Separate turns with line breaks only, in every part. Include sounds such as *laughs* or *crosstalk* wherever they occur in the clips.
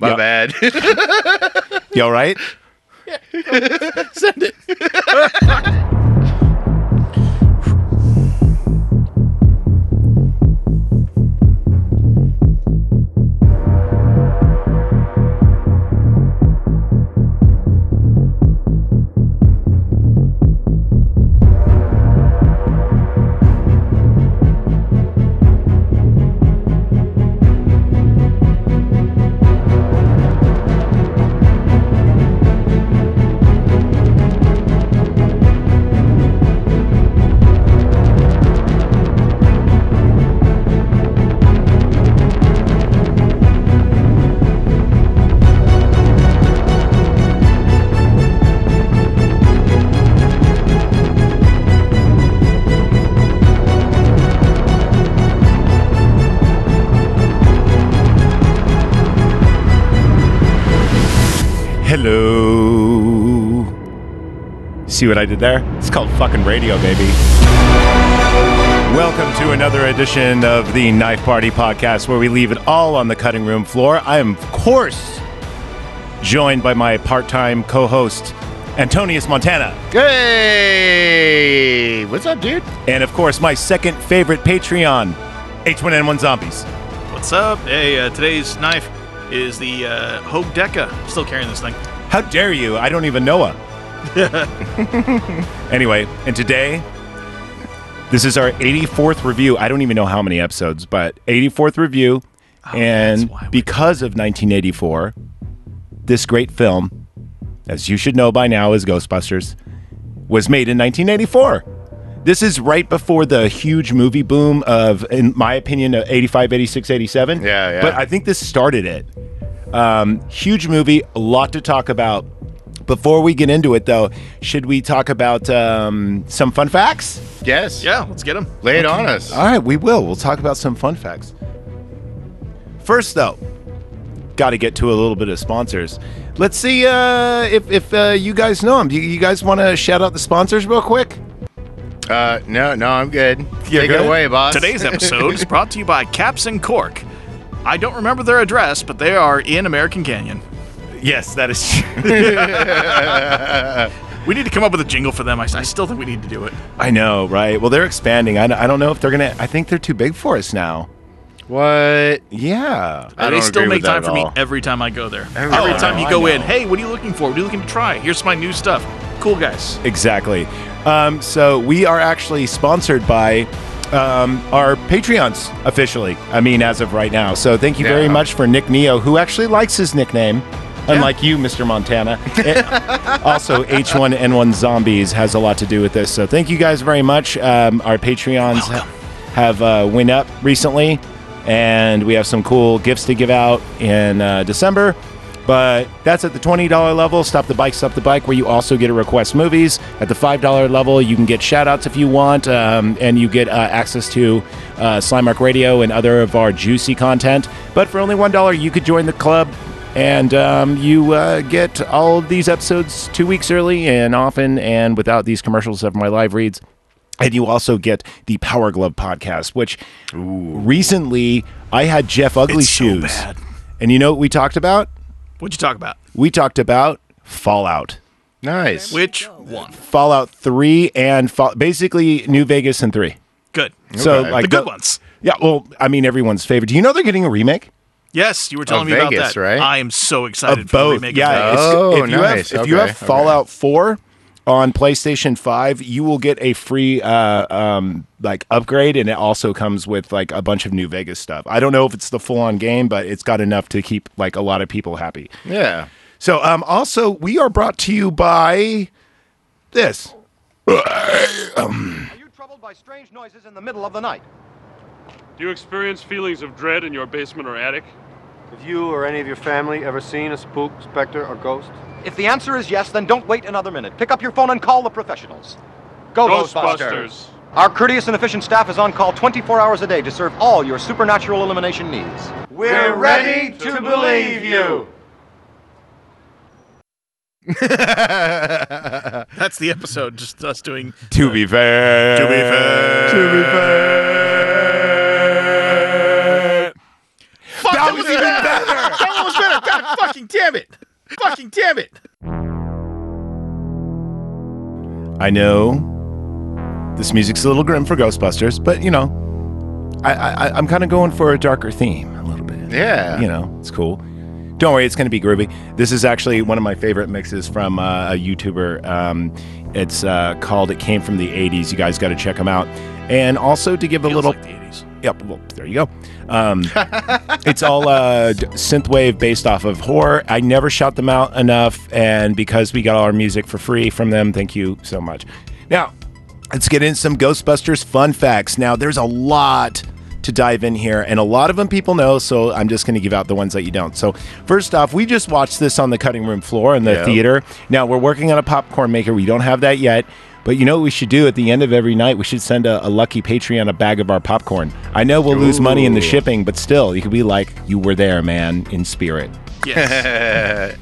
My
Yeah.
bad.
You all right?
Send it.
Hello. See what I did there? It's called fucking radio, baby. Welcome to another edition of the Knife Party podcast where we leave it all on the cutting room floor. I am, of course, joined by my part time co host, Antonius Montana.
hey, what's up, dude?
And, of course, my second favorite Patreon, H1N1 Zombies.
What's up? Hey, uh, today's knife is the uh, Hogue Deca. Still carrying this thing.
How dare you? I don't even
*laughs*
know her. anyway, and today, this is our 84th review. I don't even know how many episodes, but 84th review. and
Oh, that's why we-
because of 1984, this great film, as you should know by now, is Ghostbusters, was made in 1984. This is right before the huge movie boom of, in my opinion, uh, of 85, 86, 87.
Yeah, yeah.
But I think this started it. Um, huge movie, a lot to talk about. Before we get into it, though, should we talk about um, some fun facts?
Yes.
Yeah, let's get him.
Lay it on us.
All right, we will. We'll talk about some fun facts. First, though, got to get to a little bit of sponsors. Let's see uh, if, if uh, you guys know them. You, you guys want to shout out the sponsors real quick?
Uh, no, no, I'm good.
You're
Take
good?
it away, boss. *laughs*
Today's episode is brought to you by Caps and Cork. I don't remember their address, but they are in American Canyon.
Yes, that is
*laughs*
true.
*laughs* We need to come up with a jingle for them. I, I still think we need to do it.
I know, right? Well, they're expanding. I, I don't know if they're going to, I think they're too big for us now.
what?
Yeah.
I
they
don't
still
agree
make
with that
time
at
for me
all.
every time I go there.
Every
Every,
time.
time you
I
go
know.
in, hey, what are you looking for? What are you looking to try? Here's my new stuff. Cool guys.
Exactly. Um, so we are actually sponsored by um, our Patreons officially. I mean, as of right now. So thank you very
Yeah.
much for Nick Neo, who actually likes his nickname. Unlike you, Mr. Montana. It- also, H1N1 Zombies has a lot to do with this. So thank you guys very much. Um, our Patreons ha- have uh, went up recently, and we have some cool gifts to give out in uh, December. But that's at the $20 level, Stop the Bike, Stop the Bike, where you also get to request movies. At the $5 level, you can get shout outs if you want, um, and you get uh, access to uh, Slimark Radio and other of our juicy content. But for only $1, you could join the club and um, you uh, get all of these episodes two weeks early and often and without these commercials of my live reads. And you also get the Power Glove podcast, which recently I had Jeff Ugly
It's so
Shoes.
bad.
And you know what we talked about?
What'd you talk about?
We talked about Fallout.
Nice.
Which one?
Fallout 3 and fall- basically New Vegas and 3.
Good.
So
Okay.
like
the good
tho-
ones.
Yeah, well, I I mean everyone's favorite. Do you know they're getting a remake?
Yes, you were telling
Of
me about
Oh, Vegas,
that.
right?
I am so excited
of
for the
both.
remake of
Yeah,
Vegas.
it's-
Oh,
if you
nice.
have if you
Okay,
have
okay.
Fallout Four on PlayStation Five, you will get a free uh, um, like upgrade, and it also comes with like a bunch of New Vegas stuff. I don't know if it's the full on game, but it's got enough to keep like a lot of people happy.
Yeah.
So, um, also we are brought to you by this.
Are you troubled by strange noises in the middle of the night?
Do you experience feelings of dread in your basement or attic?
Have you or any of your family ever seen a spook, specter, or ghost?
If the answer is yes, then don't wait another minute. Pick up your phone and call the professionals. Go Ghostbusters.
Ghostbusters.
Our courteous and efficient staff is on call 24 hours a day to serve all your supernatural elimination needs.
We're ready to believe you!
That's the episode. Just us doing
To be fair. To be fair. To be fair.
damn it! Fucking
*laughs*
damn it!
I know this music's a little grim for Ghostbusters, but you know, I, I I'm kind of going for a darker theme a little bit.
Yeah.
you know, it's cool. Don't worry, it's going to be groovy. This is actually one of my favorite mixes from uh, a YouTuber. Um, it's uh, called "It Came from the '80s." You guys got to check him out. And also to give a little,
like the 80s.
yep, well, there you go. Um, *laughs* it's all uh, d- synthwave based off of horror. I never shout them out enough, and because we got all our music for free from them, thank you so much. Now, let's get in some Ghostbusters fun facts. Now, there's a lot to dive in here, and a lot of them people know, so I'm just going to give out the ones that you don't. So, first off, we just watched this on the cutting room floor in the
Yeah.
theater. Now, we're working on a popcorn maker. We don't have that yet. But you know what we should do at the end of every night? We should send a, a lucky Patreon a bag of our popcorn. I know we'll lose money in the shipping, but still, you could be like, you were there, man, in spirit.
*laughs*
Yes.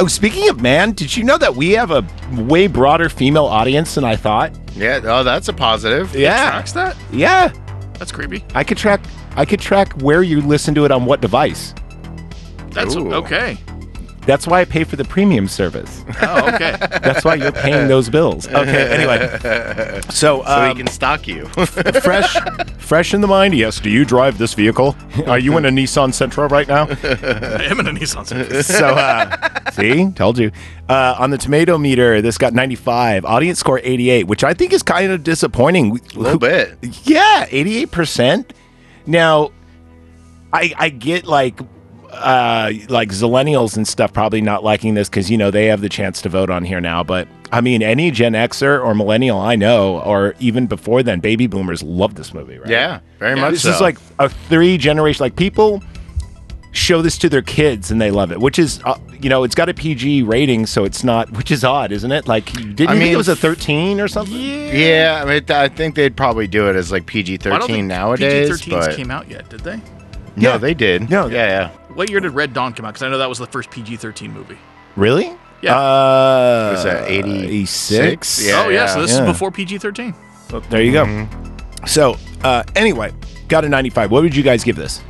Oh, speaking of man, did you know that we have a way broader female audience than I thought?
Yeah. Oh, that's a positive.
Yeah.
Tracks that?
Yeah.
That's creepy.
I could track I could track where you listen to it on what device.
That's
Ooh.
okay.
That's why I pay for the premium service.
Oh,
*laughs*
okay.
That's why you're paying those bills. Okay, anyway. So,
So
um,
he can stalk you. *laughs*
fresh fresh in the mind. Yes, do you drive this vehicle? Are you in a Nissan Sentra right now?
I am in a *laughs* Nissan
*laughs*
Sentra.
So, uh, see, told you. Uh, on the tomato meter, this got 95, audience score 88, which I think is kind of disappointing. We-
a little bit.
Yeah, 88%. Now, I I get like uh like millennials and stuff probably not liking this cuz you know they have the chance to vote on here now, but I mean any Gen Xer or millennial I know or even before then baby boomers love this movie, right?
Yeah. Very much.
This
so.
is like a three generation like people show this to their kids and they love it, which is uh, you know, it's got a PG rating so it's not which is odd, isn't it? Like didn't you think
mean,
it was a 13 or something?
Yeah, I mean, th- I think they'd probably do it as like PG
I don't
thirteen
think
nowadays.
PG-13s
but
came out yet, did they?
no,
Yeah.
they did.
No, they-
yeah, yeah.
What year did Red Dawn come out? Because I know that was the first PG-13 movie.
Really?
Yeah.
Uh,
Was that 86?
Yeah.
Yeah,
oh, yeah. So this
yeah.
is before PG-13.
There you go.
Mm-hmm.
So, uh, anyway, got a 95. What would you guys give this?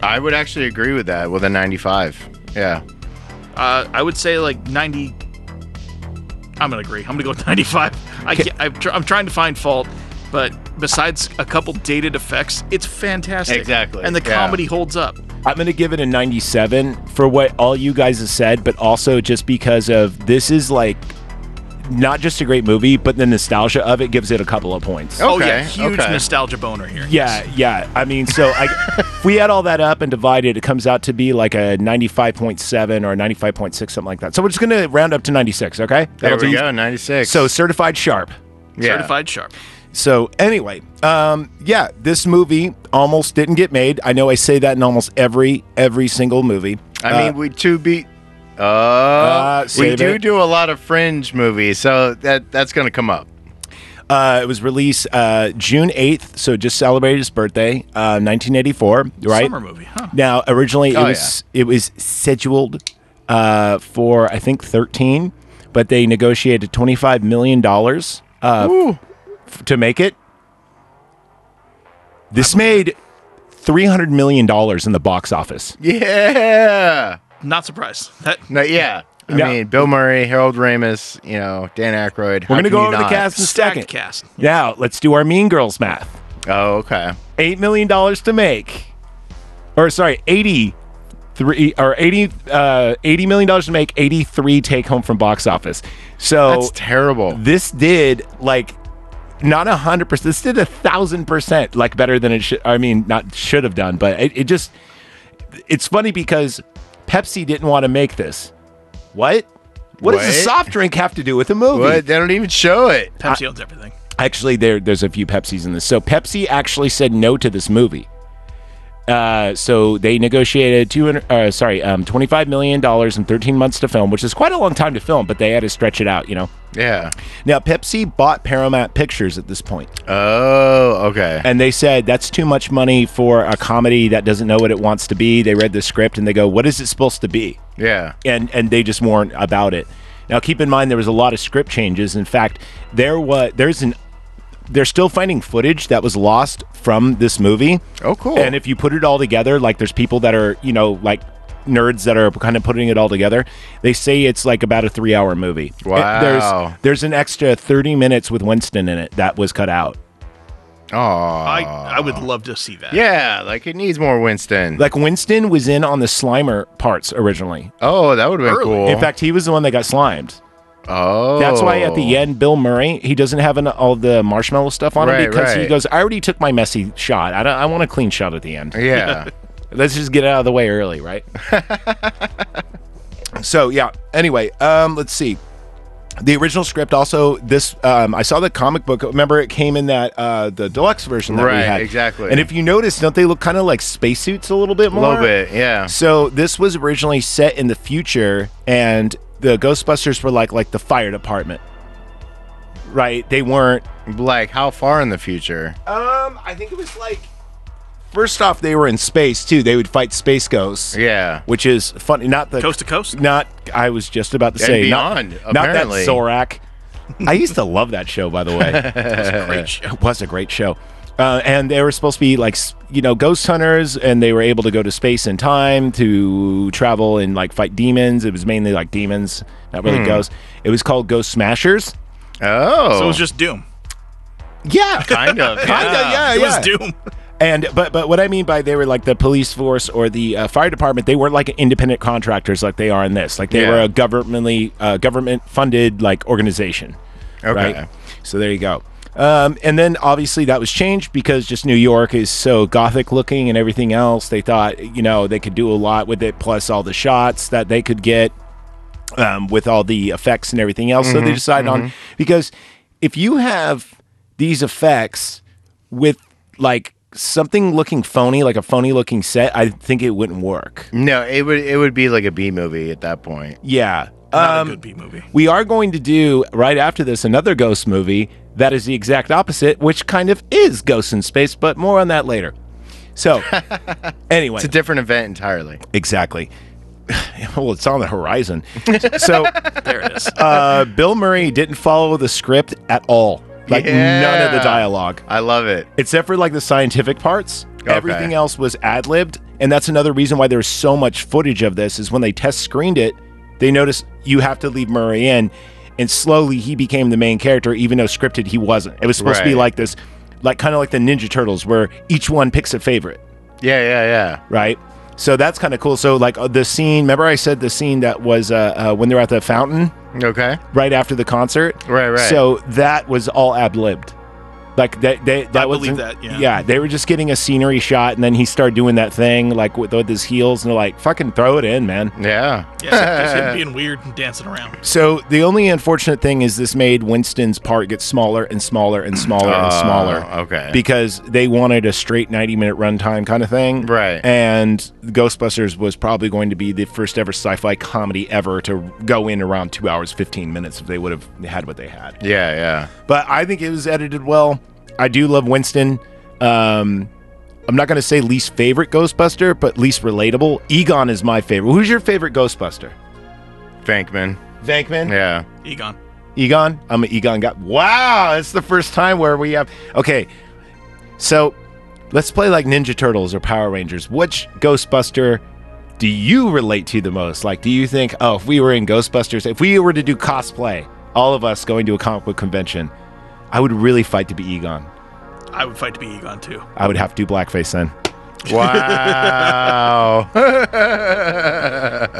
I would actually agree with that with a ninety-five. Yeah,
Uh, I would say like 90. I'm gonna agree. I'm gonna go with 95. I
Okay.
can't, I'm, tr- I'm trying to find fault, but besides a couple dated effects, it's fantastic.
Exactly,
And the
yeah.
comedy holds up.
I'm going to give it a 97 for what all you guys have said, but also just because of this is like not just a great movie, but the nostalgia of it gives it a couple of points.
Oh.
oh yeah,
Okay,
huge
okay.
nostalgia boner here.
Yeah, yeah. I mean, so
*laughs*
I, if we add all that up and divide it, it comes out to be like a 95.7 or a 95.6, something like that. So we're just going to round up to 96, okay?
there
That'll
we
do-
go, ninety-six.
So certified sharp.
yeah.
Certified sharp.
So anyway, um, yeah, this movie almost didn't get made. I know I say that in almost every every single movie.
I
Uh,
mean, we to be. Uh, we
save
do
it.
do a lot of fringe movies, so that that's gonna come up.
Uh, it was released uh, June 8th, so it just celebrated its birthday, uh, 1984, right?
Summer movie, huh?
Now, originally it
Oh,
was it was scheduled uh, for I think 13, but they negotiated 25 million dollars uh, f- to make it. This made 300 million dollars in the box office.
Yeah.
Not surprised. That
No, yeah. I
Yeah.
mean, Bill Murray, Harold Ramis, you know, Dan Aykroyd.
We're
How
gonna
can
go
you
over the
not?
cast in a
stacked
second.
cast.
Now let's do our Mean Girls math.
Oh, okay.
Eight million dollars to make, or sorry, eighty three or 80, uh, 80 million dollars to make, eighty three take home from box office. So
That's terrible.
this did like not a hundred percent. This did a thousand percent like better than it should. I mean, not should have done, but it, it just. It's funny because Pepsi didn't want to make this. What? What, does a
What?
soft drink have to do with a movie?
What? They don't even show it.
Pepsi owns everything.
actually there there's a few Pepsis in this. So Pepsi actually said no to this movie. Uh, so they negotiated 200 uh, sorry um, 25 million dollars in 13 months to film, which is quite a long time to film, but they had to stretch it out, you know.
Yeah.
Now Pepsi bought Paramount Pictures at this point,
Oh, okay.
and they said that's too much money for a comedy that doesn't know what it wants to be. They read the script and they go, "What is it supposed to be?"
Yeah.
and and they just weren't about it. Now keep in mind there was a lot of script changes. In fact, there was there's an they're still finding footage that was lost from this movie.
Oh, cool.
And if you put it all together, like there's people that are you know like nerds that are kind of putting it all together, they say it's like about a three hour movie. It-
Wow.
there's there's an extra thirty minutes with Winston in it that was cut out.
Oh,
I, I would love to see that.
yeah, like it needs more Winston.
Like Winston was in on the Slimer parts originally.
oh, that would have been
Early.
cool.
In fact, he was the one that got slimed.
oh,
That's why at the end, Bill Murray he doesn't have an, all the marshmallow stuff on
Right,
him because he
right.
goes, "I already took my messy shot. I, don't, I want a clean shot at the end. *laughs*
Yeah,
Let's just get it out of the way
*laughs*
early, right?" so yeah. Anyway, um, let's see. The original script also this um, I saw the comic book. Remember, it came in that uh, the deluxe version that we
Right,
had
exactly.
And if you notice, don't they look kind of like spacesuits a little bit
a
more?
little bit. Yeah.
So this was originally set in the future, and the Ghostbusters were like like the fire department, right? They weren't.
Like how far in the future?
Um, I think it was like. First off, they were in space too. They would fight space ghosts,
Yeah.
which is funny. Not the
Coast to coast.
Not I was just about to
And
say
beyond,
not, not that
apparently.
Zorak. I used to love that show, by
*laughs*
the way.
Great show.
It was a great show. Uh, and they were supposed to be like, s- you know, ghost hunters, and they were able to go to space in time to travel and like fight demons. It was mainly like demons, not really
Hmm.
ghosts. It was called Ghost Smashers.
Oh,
So it was just Doom.
Yeah.
kind of.
Kinda,
yeah.
yeah,
it
yeah.
was Doom.
*laughs* And but but what I mean by they were like the police force or the uh, fire department, they weren't like independent contractors like they are in this. Like they
Yeah.
were a governmentally uh, government funded like organization.
Okay.
Right? So there you go. Um, and then obviously that was changed because just New York is so gothic looking and everything else. They thought you know they could do a lot with it, plus all the shots that they could get um, with all the effects and everything else. so they
Mm-hmm.
decided on because if you have these effects with like something looking phony, like a phony looking set, I think it wouldn't work.
No, it would it would be like a B movie at that point.
Yeah. *laughs*
Not
Um,
a good B movie.
we are going to do right after this another ghost movie that is the exact opposite, which kind of is Ghost in Space, but more on that later. So,
*laughs*
anyway,
It's a different event entirely.
exactly. *laughs* well, it's on the horizon.
*laughs*
So,
There it is.
uh, Bill Murray didn't follow the script at all. Like none of the
Yeah.
dialogue,
I love it.
except for like the scientific parts.
Okay.
Everything else was ad libbed, and that's another reason why there's so much footage of this. Is when they test screened it, they noticed you have to leave Murray in, and slowly he became the main character, even though scripted he wasn't. It was supposed to be
Right.
like this, like kind of like the Ninja Turtles, where each one picks a favorite
Yeah, yeah, yeah.
right? So that's kind of cool. So like uh, the scene, remember I said the scene that was uh, uh, when they're at the fountain
Okay.
right after the concert,
Right, right.
So that was all ab libbed. Like that, they, that
I believe
wasn't-
that, yeah.
they were just getting a scenery shot, and then he started doing that thing like with, with his heels, and they're like, "Fucking throw it in, man." *laughs*
Yeah.
Yeah, just him being weird and dancing around.
So the only unfortunate thing is this made Winston's part get smaller and smaller and smaller and
Oh,
smaller.
okay.
Because they wanted a straight 90 minute runtime kind of thing.
Right.
And Ghostbusters was probably going to be the first ever sci fi comedy ever to go in around two hours, 15 minutes if they would have had what they had
Yeah, *laughs* yeah.
but I think it was edited well. I do love Winston. Um, I'm not going to say least favorite Ghostbuster, but least relatable. Egon is my favorite. Who's your favorite Ghostbuster?
Bankman.
Vankman?
Yeah.
Egon.
Egon? I'm an Egon guy. Wow, it's the first time where we have. Okay, so let's play like Ninja Turtles or Power Rangers. Which Ghostbuster do you relate to the most? Like, do you think, oh, if we were in Ghostbusters, if we were to do cosplay, all of us going to a comic book convention, I would really fight to be Egon.
I would fight to be Egon too.
I would have to do blackface then. *laughs*
Wow.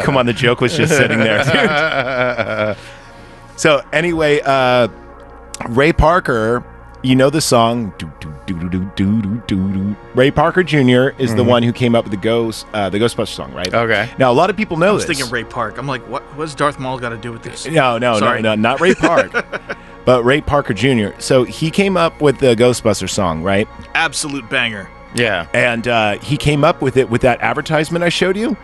Come on, the joke was just sitting there. *laughs* dude. So anyway, uh, Ray Parker, you know the song. Do, do, do, do, do, do, do, do. Ray Parker Jr. is
Mm-hmm.
the one who came up with the ghost, uh, the Ghostbusters song, right?
Okay.
Now a lot of people know
I was
this.
thinking Ray Park. I'm like, what? What's Darth Maul got to do with this?
No, no,
Sorry.
no, no, not Ray
*laughs*
Park, but Ray Parker Jr. So he came up with the Ghostbusters song, right?
Absolute banger.
yeah.
And uh, he came up with it with that advertisement I showed you.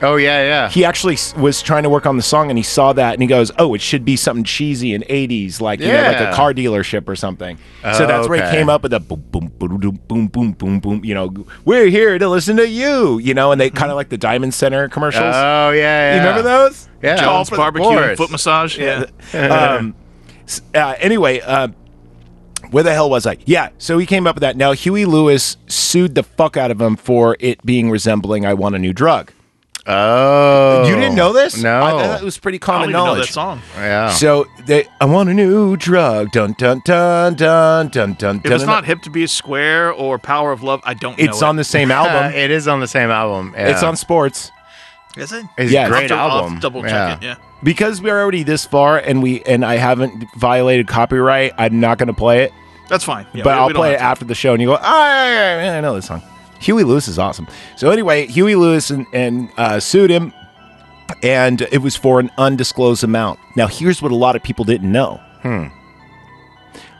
Oh yeah, yeah.
he actually s- was trying to work on the song and he saw that and he goes, "Oh, it should be something cheesy and 80s like you know, like a
Yeah.
car dealership or something." so
Oh,
that's where he
okay.
came up with the boom boom boom boom boom boom boom boom, you know, "We're here to listen to you," you know, and they kind of like the Diamond Center commercials.
Mm-hmm. Oh yeah, yeah.
You remember those?
Yeah.
All
Jones
for the
barbecue and
course.
foot massage. Yeah.
*laughs* um, s- uh, anyway, uh, where the hell was I? Yeah, so he came up with that. Now Huey Lewis sued the fuck out of him for it being resembling "I Want a New Drug."
Oh,
You didn't know this?
No,
I thought it was pretty
I don't
common
even know
knowledge.
that song.
yeah.
So they, I want a new drug. Dun dun dun dun dun dun.
If
dun,
it's not "Hip to Be Square" or "Power of Love," I don't.
it's
know
on
it.
the same
Uh,
album.
it is on the same album. *laughs* yeah.
It's on sports.
Is it?
It's yeah,
yeah, it's
great
I'll have to- I'll have
album.
to double check
yeah.
it. Yeah.
Because we're already this far, and we and I haven't violated copyright. I'm not going to play it,
That's fine. Yeah,
but
we-
I'll
we don't
play it
have to.
after the show. And you go, "Ah, I, I know this song. Huey Lewis is awesome. So anyway, Huey Lewis and, and uh, sued him, and it was for an undisclosed amount. Now here's what a lot of people didn't know. Hmm.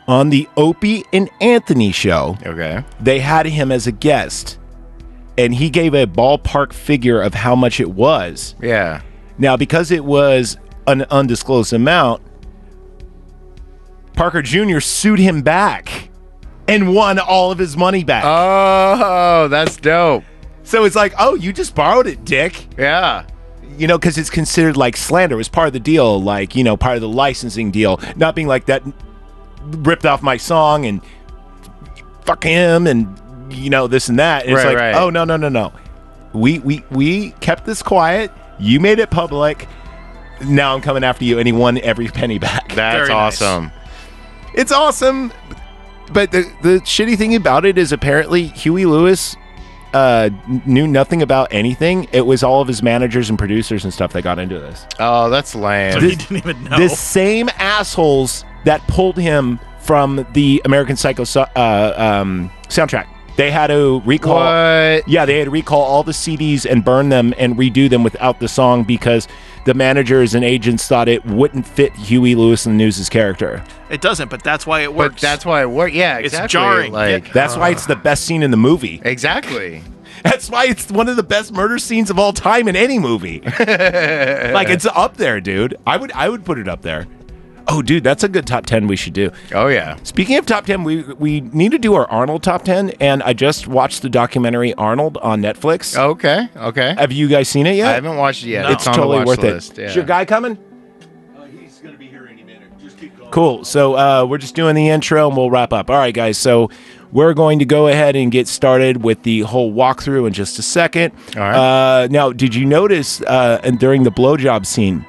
On the Opie and Anthony show,
Okay.
they had him as a guest and he gave a ballpark figure of how much it was.
Yeah.
Now, because it was an undisclosed amount, Parker Jr. sued him back and won all of his money back.
Uh, Oh, that's dope.
so it's like, oh, you just borrowed it, dick.
Yeah.
You know, because it's considered like slander. It was part of the deal, like, you know, part of the licensing deal. Not being like that ripped off my song and fuck him and, you know, this and that. And it's
Right,
like,
right.
oh, no, no, no, no. We, we, we kept this quiet. You made it public. Now I'm coming after you. And he won every *laughs* penny back.
That's
Very nice.
awesome.
It's awesome. But the, the shitty thing about it is apparently Huey Lewis uh, n- knew nothing about anything. It was all of his managers and producers and stuff that got into this.
Oh, that's lame.
So he didn't even know.
The same assholes that pulled him from the American Psycho so- uh, um, soundtrack. They had to recall.
what?
Yeah, they had to recall all the CDs and burn them and redo them without the song because the managers and agents thought it wouldn't fit Huey Lewis and the News's character.
It doesn't, but that's why it
But
works.
that's why it worked. Yeah,
It's
exactly.
jarring.
Like
That's why it's the best scene in
*laughs*
the movie.
exactly.
That's why it's one of the best murder scenes of all time in any movie. like it's up there, dude. I would I would put it up there. Oh, dude, that's a good top ten we should do.
Oh yeah.
Speaking of top ten, we we need to do our Arnold top ten, and I just watched the documentary Arnold on Netflix.
Okay. Okay.
Have you guys seen it yet?
Oh. I haven't watched it yet.
No.
It's totally worth it.
Yeah.
Is your guy coming? Cool. So uh, we're just doing the intro and we'll wrap up. All right, guys. So we're going to go ahead and get started with the whole walkthrough in just a second.
All right.
Uh, now, did you notice uh, and during the blowjob scene,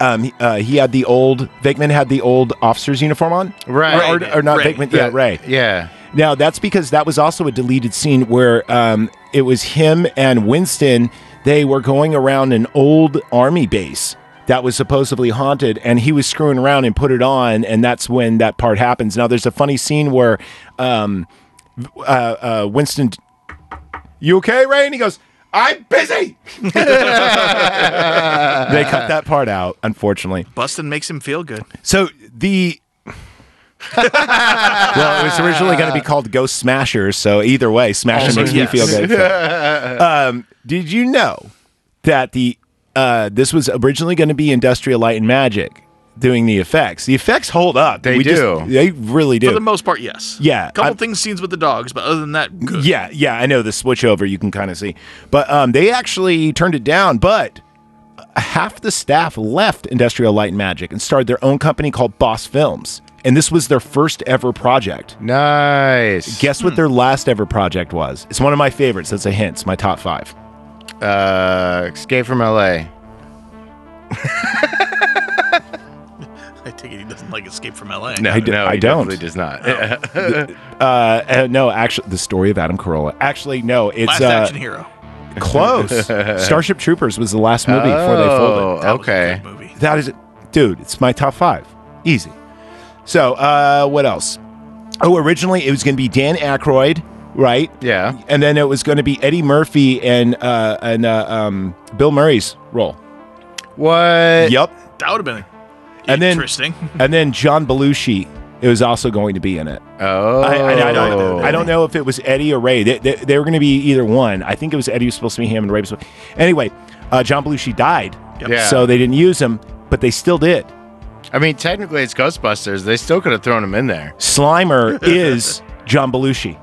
um, he- uh, he had the old Vickman had the old officer's uniform on,
Right.
Or, or, or not
Ray.
Vickman? Yeah, Ray.
Yeah.
Now that's because that was also a deleted scene where um, it was him and Winston. They were going around an old army base that was supposedly haunted, and he was screwing around and put it on, and that's when that part happens. Now there's a funny scene where um, uh, uh, Winston, you okay, Ray? And he goes, "I'm
*laughs*
busy." *laughs* they cut that part out, unfortunately.
Bustin makes him feel good.
So *laughs* the well, it was originally going to be called Ghost Smashers. So either way, Smasher
Also,
makes
yes.
me feel good. um, did you know that the uh, this was originally going to be Industrial Light and Magic doing the effects? The effects hold up.
They
just-
do.
they really do.
For the most part, yes.
Yeah,
A couple
I'm-
things, scenes with the dogs, but other than that, good.
Yeah, yeah, I know the switch over you can kind of see. But um, they actually turned it down, but half the staff left Industrial Light and Magic and started their own company called Boss Films. And this was their first ever project.
Nice.
Guess
Hmm.
what their last ever project was? It's one of my favorites. That's a hint. It's my top five.
uh, Escape from L.A.
I take it he doesn't like Escape from L.A.
No,
I d-
no,
I
he
don't.
definitely does *laughs* not.
Uh, uh, no, actually, the story of Adam Carolla. Actually, no, it's
Last
uh,
Action *laughs* Hero.
close. Starship Troopers was the last movie before they folded.
Oh,
That was a
okay.
good movie.
That is, dude, it's my top five. Easy. So, uh, what else? Oh, originally it was going to be Dan Aykroyd, right?
Yeah.
And then it was going to be Eddie Murphy and uh, and uh, um, Bill Murray's role.
What?
Yep.
That would have been
And then-
interesting.
And then John Belushi. It was also going to be in it.
Oh.
I, I, I don't. I don't know if it was Eddie or Ray. They, they, they were going to be either one. I think it was Eddie was supposed to be him, and Ray was. supposed- Anyway, uh, John Belushi died,
Yep.
Yeah.
so they didn't use him, but they still did.
I mean, technically, it's Ghostbusters. They still could have thrown him in there. *laughs*
Slimer is John Belushi.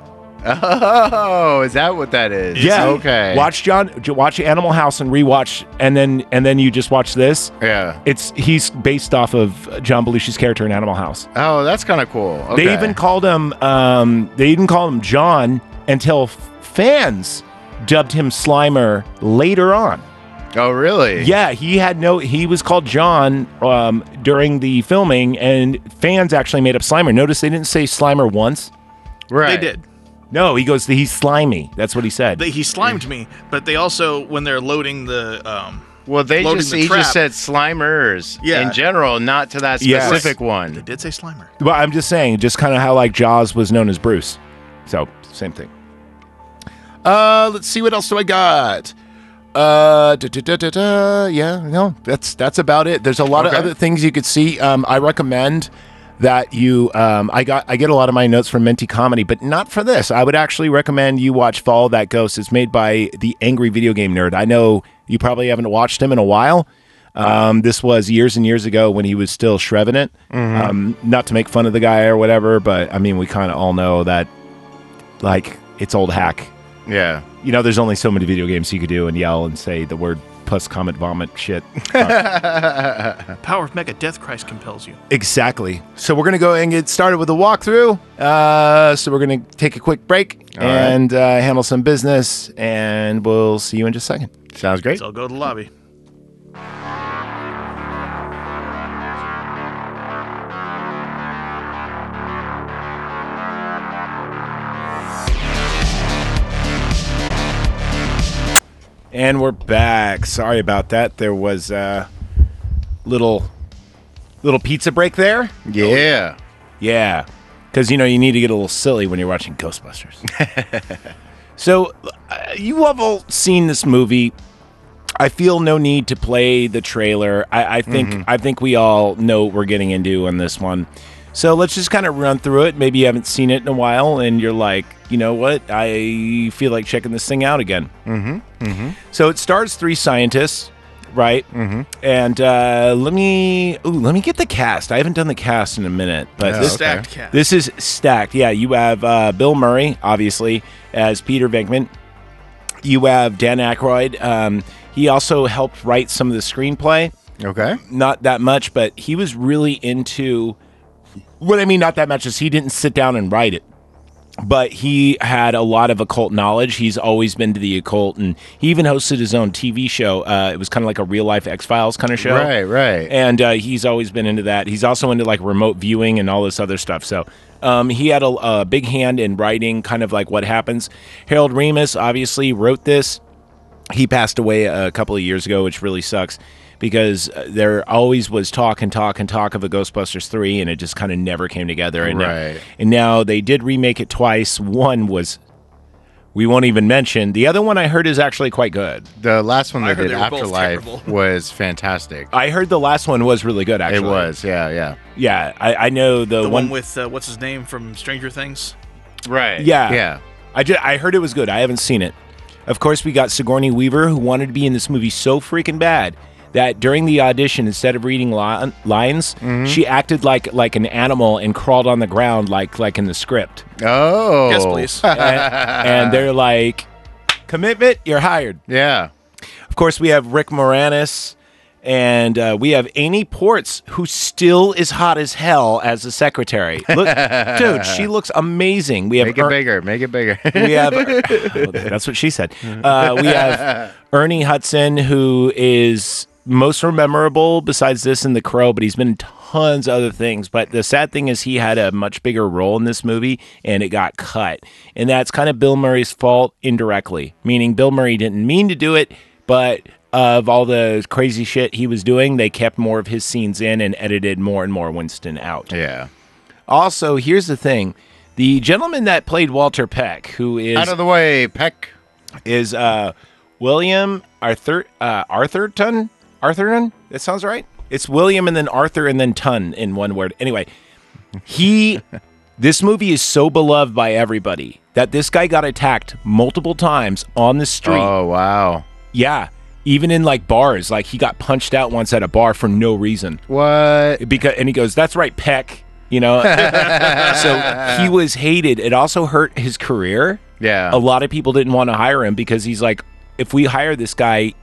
Oh, is that what that is?
Yeah.
Okay.
Watch John. j- Watch Animal House and rewatch, and then and then you just watch this.
Yeah.
It's he's based off of John Belushi's character in Animal House.
Oh, that's kind of cool. Okay.
They even called him. Um, they even called him John until f- fans dubbed him Slimer later on.
Oh, really?
Yeah, he had no. He was called John um, during the filming, and fans actually made up Slimer. Notice they didn't say Slimer once.
Right.
They did.
No, he goes. He's slimy. That's what he said.
They, he slimed me, but they also when they're loading the um,
Well, they
Loading
just
the
he just said
trap.
Slimers
Yeah.
in general, not to that
Yeah.
specific
they
one.
did say Slimer.
Well, I'm just saying, just kind of how like Jaws was known as Bruce. So same thing.
Uh, let's see what else do I got. Uh, da, da, da, da, da. yeah, no, that's that's about it. There's a lot of other things you could see. Um, I recommend that you. Um, I got I get a lot of my notes from Menti Comedy, but not for this. I would actually recommend you watch Follow That Ghost. It's made by the Angry Video Game Nerd. I know you probably haven't watched him in a while. Um, this was years and years ago when he was still shreving it. Um, not to make fun of the guy or whatever, but I mean, we kind of all know that, like, it's old hack
Yeah.
you know, there's only so many video games you could do and yell and say the word puss, comet, vomit, shit. Fuck.
The power of Mega Death Christ compels you.
Exactly. So we're gonna go and get started with a walkthrough. Uh, so we're gonna take a quick break
right.
and uh, handle some business, and we'll see you in just a second.
Sounds great.
So I'll go to the lobby.
and we're back. Sorry about that. There was a little little pizza break there.
yeah.
Yeah. Because, you know, you need to get a little silly when you're watching Ghostbusters. *laughs* so, uh, you have all seen this movie. I feel no need to play the trailer. I, I think I think we all know what we're getting into on this one. So let's just kind of run through it. Maybe you haven't seen it in a while, and you're like, you know what? I feel like checking this thing out again. Mm-hmm. Mm-hmm. So it stars three scientists, right? Mm-hmm. And uh, let me ooh, let me get the cast. I haven't done the cast in a minute, but
Oh,
this
okay.
Stacked cat.
this is stacked. Yeah, you have uh, Bill Murray, obviously, as Peter Venkman. You have Dan Aykroyd. Um, he also helped write some of the screenplay.
Okay.
Not that much, but he was really into. What I mean, not that much, is he didn't sit down and write it. But he had a lot of occult knowledge. He's always been to the occult, and he even hosted his own TV show. Uh, it was kind of like a real life X Files kind of show
Right. Right.
and uh, he's always been into that. He's also into like remote viewing and all this other stuff. So um, he had a, a big hand in writing, kind of like what happens. Harold Remus obviously wrote this. He passed away a couple of years ago, which really sucks because uh, there always was talk and talk and talk of a Ghostbusters three, and it just kind of never came together. And now-
Right.
and now they did remake it twice. One was. We won't even mention. The other one I heard is actually quite good.
the last one they
I heard
did,
they were both
Afterlife,
terrible.
*laughs*
Oh,
was fantastic.
I heard the last one was really good, actually.
It was. Yeah. Yeah.
Yeah, I, I know the,
The
one,
one with uh, what's his name from Stranger Things.
Right.
Yeah.
Yeah.
I ju- I heard it was good. I haven't seen it. Of course, we got Sigourney Weaver, who wanted to be in this movie so freaking bad that during the audition, instead of reading li- lines,
Mm-hmm.
she acted like like an animal and crawled on the ground like like in
*laughs*
the script.
Oh. *laughs*
Yes, please.
And, and they're like, "Commitment, you're hired."
Yeah.
Of course, we have Rick Moranis. And uh, we have Amy Ports, who still is hot as hell as the secretary.
*laughs*
Look, dude, she looks amazing. We have
Make it
Ern-
bigger. Make it bigger.
we have that's what she said. Uh,
*laughs*
we have Ernie Hudson, who is most memorable besides this in The Crow, but he's been in tons of other things. But the sad thing is, he had a much bigger role in this movie, and it got cut. And that's kind of Bill Murray's fault indirectly, meaning Bill Murray didn't mean to do it, but of all the crazy shit he was doing, they kept more of his scenes in and edited more and more Winston
*laughs*
out.
yeah.
Also, here's the thing. The gentleman that played Walter Peck, who is
Out of the way, Peck.
is uh, William Arthur uh, Arthur Tun Arthur Tun. That sounds right. It's William and then Arthur and then Tun in one word. Anyway, he *laughs* this movie is so beloved by everybody that this guy got attacked multiple times on the street.
Oh wow.
yeah, even in like bars, like he got punched out once at a bar for no reason
*laughs* What?
because and he goes, "That's right, Peck." You know, so he was hated. It also hurt his career
*laughs* Yeah.
a lot of people didn't want to hire him because he's like, if we hire this guy,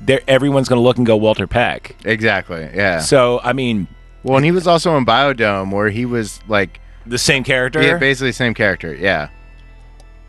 there everyone's gonna look and go Walter Peck.
Exactly. Yeah.
So I mean,
Well, and he was also in Biodome, where he was like,
the same character.
yeah, basically the same character. Yeah.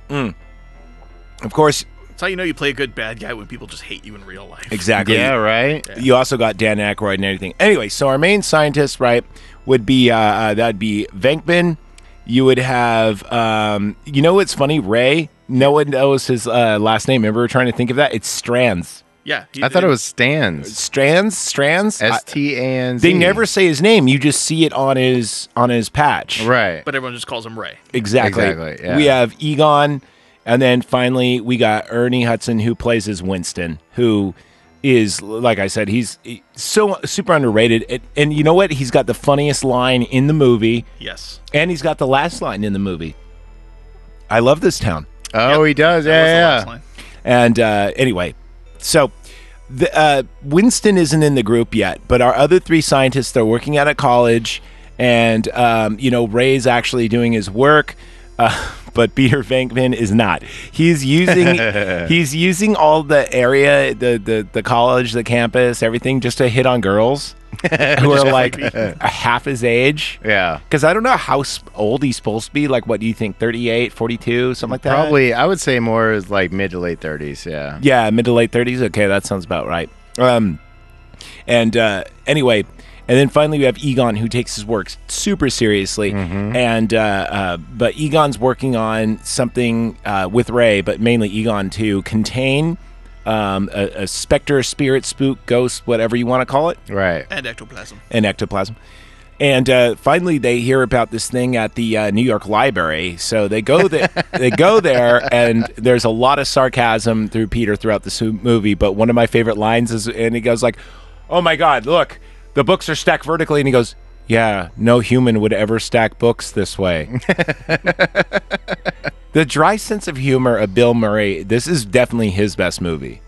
of course,
That's how you know you play a good bad guy when people just hate you in real life.
Exactly.
Yeah, right.
You also got Dan Aykroyd and everything. Anyway, so our main scientist, right, would be uh, uh, that'd be Venkman. You would have, um, you know, what's funny, Ray. No one knows his uh, last name. Remember, we were trying to think of that. It's Strands.
Yeah. he-
I thought it was Stans.
Strands. Strands. I-
S T A N Z.
they never say his name. You just see it on his on his patch.
Right.
But everyone just calls him Ray.
Exactly.
Exactly, yeah.
We have Egon, and then finally we got Ernie Hudson, who plays as Winston, who is like I said, he's so super underrated. And, and you know what? He's got the funniest line in the movie,
Yes.
and he's got the last line in the movie. I love this town.
Oh, he does.
That was the
Yeah,
last
yeah.
line.
And uh, anyway, so the, uh, Winston isn't in the group yet, but our other three scientists they're working out at college, and um, you know Ray's actually doing his work. *laughs* Uh, but Peter Venkman is not. He's using he's using all the area, the, the the college, the campus, everything, just to hit on girls who are like half his age.
Yeah.
Because I don't know how sp- old he's supposed to be. Like, what do you think? 38, 42, something like that.
Probably, I would say more is like mid to late thirties. Yeah.
Yeah, mid to late thirties. Okay, that sounds about right. Um, and uh, anyway, and then finally we have Egon, who takes his work super seriously. And uh, uh, but Egon's working on something uh, with Ray, but mainly Egon to contain um, a, a specter, spirit, spook, ghost, whatever you want to call it
Right.
And ectoplasm.
and ectoplasm. And uh, finally, they hear about this thing at the uh, New York Library, so they go there. they go there, and there's a lot of sarcasm through Peter throughout this movie. But one of my favorite lines is, and he goes like, "Oh my God, look, the books are stacked vertically," and he goes. Yeah, no human would ever stack books this way. the dry sense of humor of Bill Murray, this is definitely his best movie.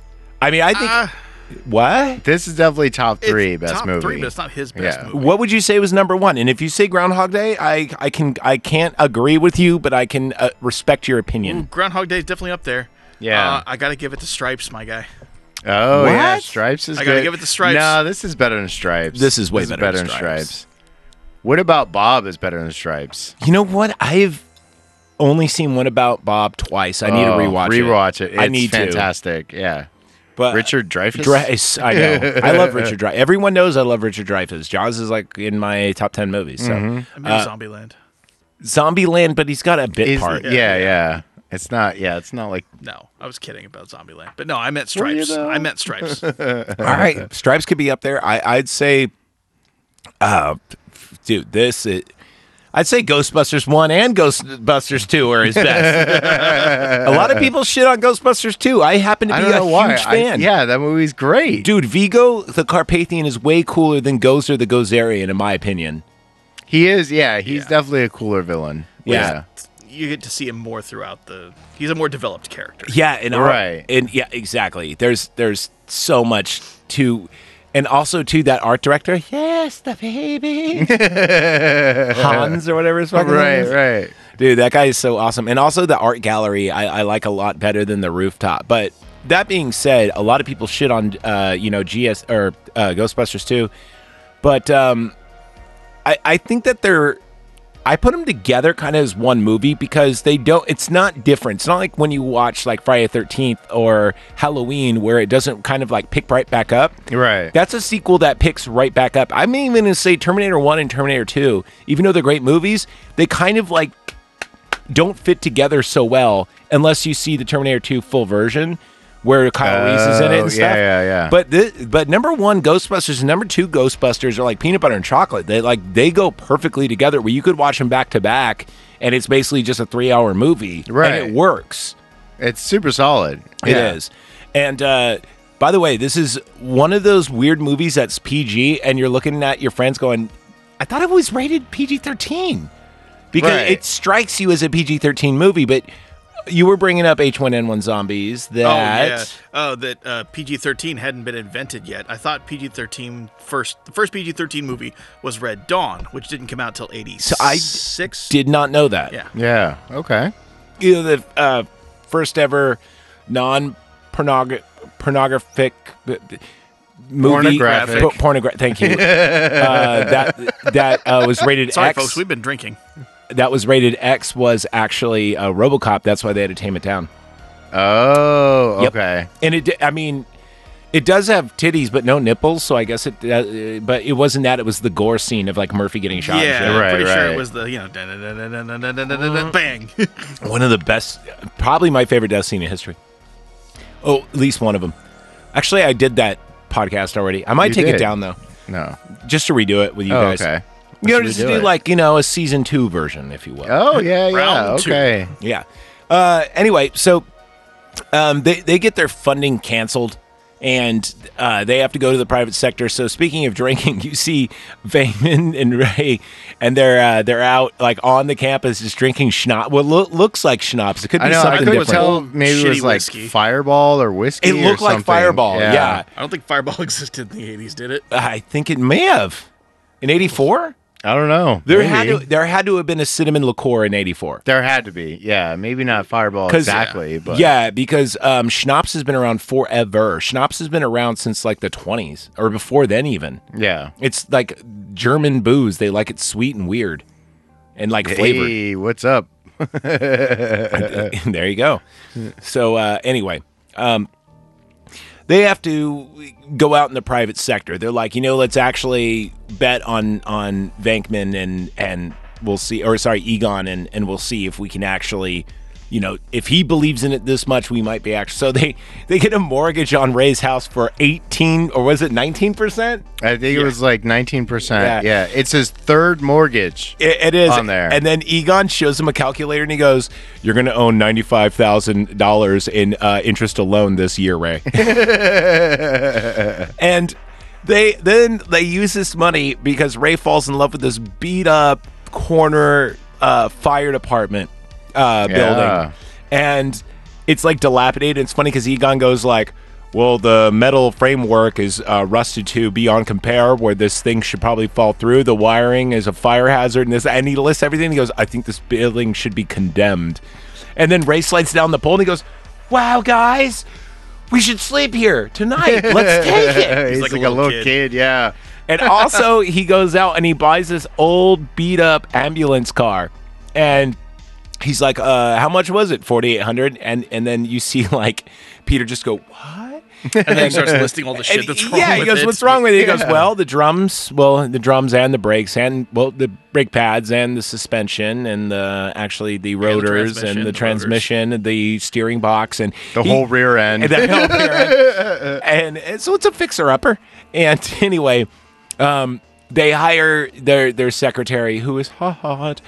I mean, I think.
Uh,
what?
This is definitely top three
It's
best
top
movie.
Three, but it's not his best
Yeah.
movie.
What would you say was number one? And if you say Groundhog Day, I I can I can't agree with you, but I can uh, respect your opinion.
Groundhog Day is definitely up there.
Yeah.
Uh, I got to give it to Stripes, my guy.
oh yeah,
What?
Stripes is.
I gotta
good.
give it to Stripes.
No, this is better than Stripes.
This is way better than Stripes.
What about Bob is better than Stripes?
You know what? I've only seen one about Bob twice. I need
Oh,
to rewatch.
Rewatch it.
it. I need Uh,
fantastic. Yeah.
to. But
Richard Dreyfuss.
Dreyfuss, I know. I
*laughs*
love Richard Dreyfuss. Everyone knows I love Richard Dreyfuss. Jaws is like in my top ten movies. So
Mm-hmm.
I mean, uh, Zombieland.
Zombie Land, but he's got a bit
Is-
part.
Yeah, yeah, It's not. Yeah, it's not like.
No, I was kidding about Zombieland. But no, I meant Stripes. I meant Stripes.
All right, Stripes could be up there. I I'd say, uh, dude, this it. I'd say Ghostbusters one and Ghostbusters two are his
*laughs*
best. a lot of people shit on Ghostbusters two. I happen to
I
be
don't
a
know why.
huge
I-
fan.
yeah, that movie's great.
dude, Vigo the Carpathian is way cooler than Gozer the Gozerian, in my opinion.
He is. Yeah, he's definitely a cooler villain.
Yeah.
you get to see him more throughout the. He's a more developed character.
Yeah, and all-
Right.
and yeah, exactly. There's there's so much to, and also to that art director. Yes, the
*laughs*
baby Hans or whatever his
Yeah.
fucking name
Right.
is.
Right.
Dude, that guy is so awesome. And also the art gallery, I, I like a lot better than the rooftop. But that being said, a lot of people shit on, uh, you know, GS or uh, Ghostbusters 2. But um, I, I think that they're, I put them together kind of as one movie because they don't, it's not different. It's not like when you watch like Friday the 13th or Halloween where it doesn't kind of like pick right back up.
Right.
That's a sequel that picks right back up. I'm even going to say Terminator 1 and Terminator 2, even though they're great movies, they kind of like don't fit together so well unless you see the Terminator 2 full version where Kyle Reese is in it
Oh,
and
yeah,
stuff.
yeah, yeah.
But thi- but number 1 Ghostbusters and number 2 Ghostbusters are like peanut butter and chocolate. They like they go perfectly together where you could watch them back to back and it's basically just a 3-hour movie and
Right.
it works.
It's super solid.
It is. And uh, by the way, this is one of those weird movies that's PG, and you're looking at your friends going, I thought it was rated PG 13. Because
Right.
it strikes you as a PG 13 movie, but you were bringing up H1N1 zombies that.
Oh yeah. Oh, that uh, PG-13 hadn't been invented yet. I thought PG-13 first. The first PG-13 movie was Red Dawn, which didn't come out till '86.
I Did not know that.
Yeah.
Yeah. Okay.
You know, the uh, first ever non pornographic uh, movie.
Pornographic.
pornogra- Thank
*laughs*
you. uh, that that uh, was rated
Sorry,
X.
folks. We've been drinking.
uh, that was rated X was actually a RoboCop. That's why they had to tame it down.
Oh,
Yep.
okay.
and it di- i mean it does have titties but no nipples so i guess it uh, but it wasn't that it was the gore scene of like murphy getting shot and
yeah,
shit.
I'm
Right,
pretty sure
right.
it was the you know da- da- da- da- da- da- da- da-
Mm.
da- da- bang. *laughs*
one of the best probably my favorite death scene in history oh at least one of them actually i did that podcast already i might
You
take it
did.
down though
no.
just to redo it with you
Oh,
guys
okay.
you know
Let's
just
redo
do
it.
like you know a season two version if you will
Oh yeah, yeah.
Round two.
Okay.
Yeah. Uh, anyway, so um, they they get their funding canceled, and uh, they have to go to the private sector. So speaking of drinking, *laughs* you see Vayman and Ray, and they're uh, they're out like on the campus just drinking schnapp. What lo- looks like schnapps. It could be
I know. I
something
couldn't
different.
tell. Maybe it
Shitty
was like
whiskey.
Fireball or whiskey.
It
or
looked like
something.
Fireball. Yeah.
I don't think Fireball *laughs* existed in the '80s, did it?
I think it may have in '84.
I don't know.
There had
Maybe.
to there had to have been a cinnamon liqueur in '84.
There had to be. Yeah. Maybe not Fireball
'Cause- uh,
exactly, but
yeah, because um, schnapps has been around forever. Schnapps has been around since like the 20s or before then even.
yeah.
It's like German booze. They like it sweet and weird, and like flavored.
Hey, what's up?
*laughs* there you go. So uh, anyway, um, they have to go out in the private sector. They're like, you know, let's actually bet on on Vankman and and we'll see, or sorry, Egon, and and we'll see if we can actually. You know, if he believes in it this much, we might be actually. So they they get a mortgage on Ray's house for eighteen, or was it nineteen percent?
I think it was like 19%. Yeah.
Yeah.
It's his third
*laughs*
mortgage.
It, it is
on there.
and then Egon shows him a calculator, and he goes, "You're going to own ninety five thousand dollars in uh, interest alone this year, Ray." and they then they use this money because Ray falls in love with this beat up corner uh, fire department uh,
Yeah.
building, and it's like dilapidated. It's funny because Egon goes like. Well, the metal framework is uh, rusted to beyond compare, where this thing should probably fall through. The wiring is a fire hazard, and this. And he lists everything. He goes, "I think this building should be condemned." And then Ray slides down the pole, and he goes, "Wow, guys, we should sleep here tonight. Let's take
*laughs*
it."
He's, like, a little, kid. Yeah.
And also, he goes out and he buys this old beat up ambulance car, and he's like, uh, "How much was it? Forty eight hundred? And and then you see *laughs* like Peter just go, "What?"
And then he starts listing all the
*laughs*
shit
And
that's
he-
wrong
yeah,
with
he goes,
it.
"What's wrong with it?" He goes, "Well, the drums, well, the drums and the brakes and well, the brake pads and the suspension and the actually the rotors and the,
transmission, the rotors.
transmission and the steering box and
The
he-
whole rear end.
*laughs* and that help here. And, and so it's a fixer upper. And *laughs* anyway, um, they hire their their secretary who is hot,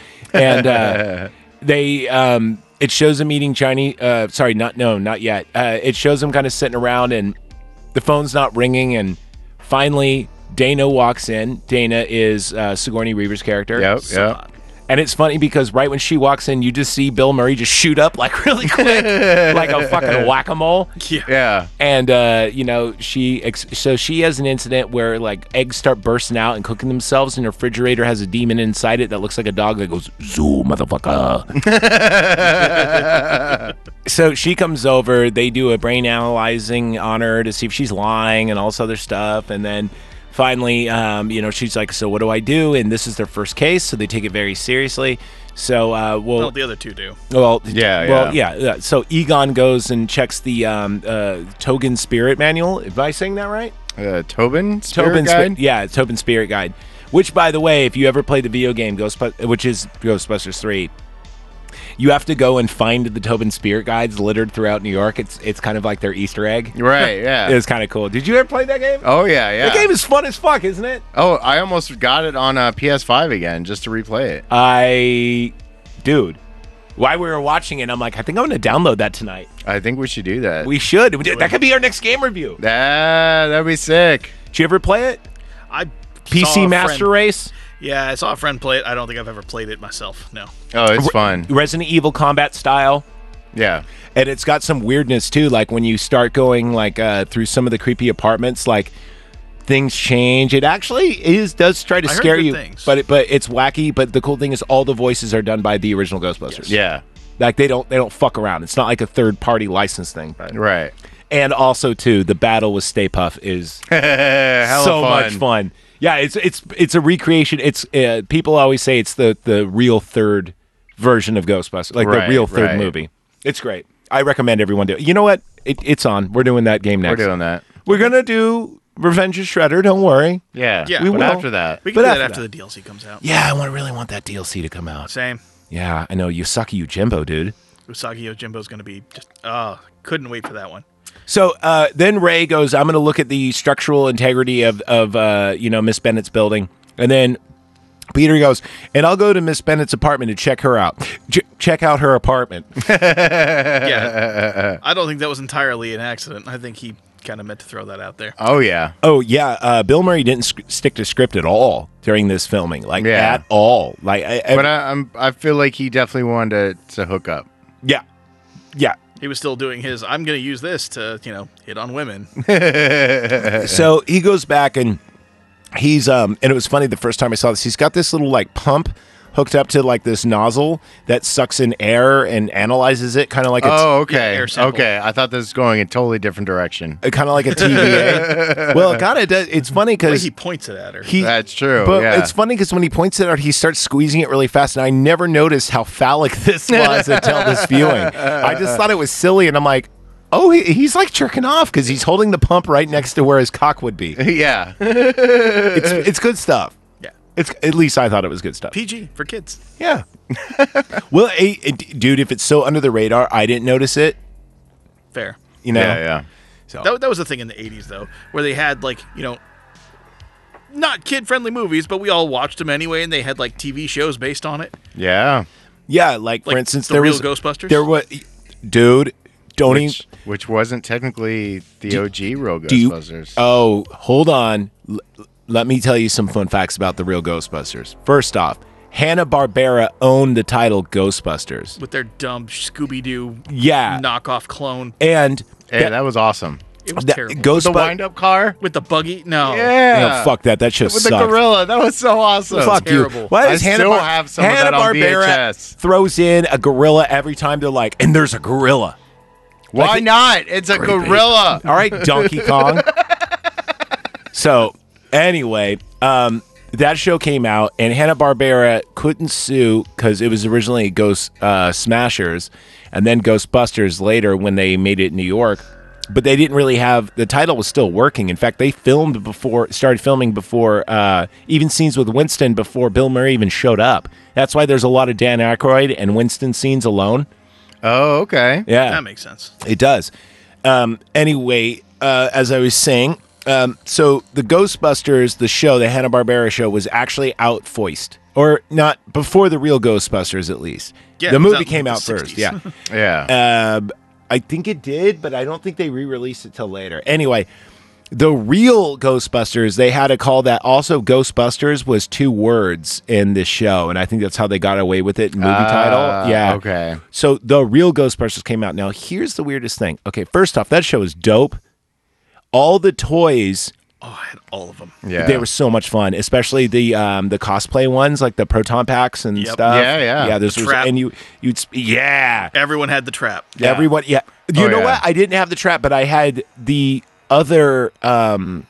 *laughs*
and uh, they um, it shows them eating Chinese. Uh, sorry, not no, not yet. Uh, it shows them kind of sitting around, and the phone's not ringing, and finally. Dana walks in. Dana is uh, Sigourney Weaver's character.
Yep, *laughs* yep.
And it's funny because right when she walks in, you just see Bill Murray just shoot up like really
*laughs*
quick, like a fucking whack a mole *laughs*
Yeah.
and uh, you know she ex- so she has an incident where like eggs start bursting out and cooking themselves and her refrigerator has a demon inside it that looks like a dog that goes zoo motherfucker *laughs* Uh, so she comes over they do a brain analyzing on her to see if she's lying and all this other stuff and then finally um, you know she's like so what do i do and this is their first case so they take it very seriously so uh, we'll
Well, the other two do.
well,
Yeah,
well, yeah. yeah. So Egon goes and checks the um, uh, Togan Spirit Manual. Am I saying that right?
Uh, Tobin? Spirit
Tobin,
Guide?
Spirit, yeah, Tobin Spirit Guide. Which, by the way, if you ever play the video game Ghostbusters, which is Ghostbusters Three, you have to go and find the Tobin Spirit Guides littered throughout New York. It's it's kind of like their Easter egg.
Right. Yeah.
It's kind of cool. Did you ever play that game?
oh, yeah. Yeah.
That game is fun as fuck, isn't it?
oh, I almost got it on uh, PS5 again just to replay it.
I, dude, while we were watching it, I'm like, I think I'm gonna download that tonight.
I think we should do that.
We should. That could be our next game review.
Ah, that'd be sick.
Did you ever play it?
I saw
PC
a
Master
friend-
Race,
Yeah, I saw a friend play it. I don't think I've ever played it myself. No.
Oh, it's fun.
Resident Evil combat style.
Yeah.
And it's got some weirdness too, like when you start going like uh, through some of the creepy apartments, like things change. It actually is does try to
I heard
scare
good
you,
things.
but it, but it's wacky. But the cool thing is, all the voices are done by the original Ghostbusters.
Yeah.
like they don't they don't fuck around. It's not like a third party license thing.
Right.
And also too, the battle with Stay Puff is
Hella
so
fun.
much fun. Yeah, it's it's it's a recreation. It's uh, people always say it's the the real third version of Ghostbusters, like
Right,
the real third
right.
movie. It's great. I recommend everyone do it. You know what? It, it's on. We're doing that game
We're
next.
doing that.
We're gonna do Revenge of Shredder. Don't worry.
Yeah.
Yeah,
But
we will.
after that,
We
But
can do that
after
after the DLC comes out.
Yeah, I want, really want that DLC to come out.
Same.
Yeah, I know Yosaki Yojimbo, dude.
Usagi Yojimbo's going to be just. Oh, couldn't wait for that one.
So uh, then Ray goes, "I'm going to look at the structural integrity of of uh, you know Miss Bennett's building," and then Peter goes, "And I'll go to Miss Bennett's apartment to check her out. Ch- check out
*laughs*
her apartment."
Yeah.
*laughs*
I don't think that was entirely an accident. I think he kind of meant to throw that out there.
oh yeah,
Oh yeah, uh, Bill Murray didn't sc- stick to script at all during this filming, like
Yeah.
at all. Like, I, I-
but I, I'm I feel like he definitely wanted to, to hook up.
yeah, yeah.
He was still doing his, I'm going to use this to, you know, hit on women.
So he goes back and he's um and it was funny the first time I saw this. He's got this little like pump hooked up to like this nozzle that sucks in air and analyzes it, kind of like a t-
Oh
yeah,
okay,
air sample.
okay. I thought this was going a totally different direction.
kind of uh, like
*laughs*
a TVA. well, it kind of does. It's funny
The way
because
he points it at her.
he.
That's true.
but
yeah. *laughs*
it's funny because when he points it out, he starts squeezing it really fast, and I never noticed how phallic *laughs* this was until this viewing. I just thought it was silly, and I'm like, "Oh, he, he's like jerking off because he's holding the pump right next to where his cock would be." *laughs*
yeah. *laughs*
It's it's good stuff.
yeah.
It's at least I thought it was good stuff.
PG for kids.
Yeah. *laughs* well, eh, eh, d- dude, if it's so under the radar, I didn't notice it.
Fair.
You know.
Yeah, yeah.
That, that was the thing in the 80s, though, where they had, like, you know, not kid friendly movies, but we all watched them anyway, and they had, like, TV shows based on it.
Yeah.
Yeah, like, for
Like
instance,
the
there
real
was
Ghostbusters?
There was, dude. Don't even.
Which, which wasn't technically the OG real
do you-
Ghostbusters.
Oh, hold on. L- let me tell you some fun facts about the real Ghostbusters. First off, Hanna Barbera owned the title Ghostbusters.
with their dumb Scooby Doo
Yeah,
knockoff clone.
and
hey, that, was awesome.
It was
that-
terrible.
The
Ghostbusters.
wind up car?
with the buggy? No.
Yeah.
fuck that. That show
With
sucked.
the gorilla. That was so awesome.
Fuck you.
terrible.
Why
I
does Hanna
still
Bar-
have some of that on
Hanna-Barbera
VHS.
throws in a gorilla every time they're like, and there's a gorilla.
Why not? It's a gorilla.
All right, Donkey Kong. so, anyway, um, that show came out, and Hanna Barbera couldn't sue because it was originally Ghost uh, Smashers, and then Ghostbusters later when they made it in New York. But they didn't really have the title was still working. In fact, they filmed before started filming before uh, even scenes with Winston before Bill Murray even showed up. That's why there's a lot of Dan Aykroyd and Winston scenes alone.
Oh, okay.
Yeah,
That makes sense.
it does. Um, anyway, uh, as I was saying, um, so the Ghostbusters, the show, the Hanna Barbera show, was actually out foist, or not before the real Ghostbusters, at least.
Yeah,
the
it was
movie
out in
came
the
out first.
60s.
Yeah,
*laughs*
Yeah.
um, I think it did, but I don't think they re-released it till later. Anyway, the real Ghostbusters, they had a call that also Ghostbusters was two words in this show, and I think that's how they got away with it. in Movie
Ah,
title, yeah,
Uh, okay.
So the real Ghostbusters came out. Now here's the weirdest thing. Okay, first off, that show is dope. All the toys
Oh, I had all of them.
yeah.
they were so much fun, especially the um, the cosplay ones, like the proton packs and
Yep.
stuff.
Yeah, yeah.
yeah. This
The
was,
trap.
and you you'd sp- yeah.
Everyone had the trap.
Everyone, yeah. You
Oh,
know
yeah.
what? I didn't have the trap, but I had the other. um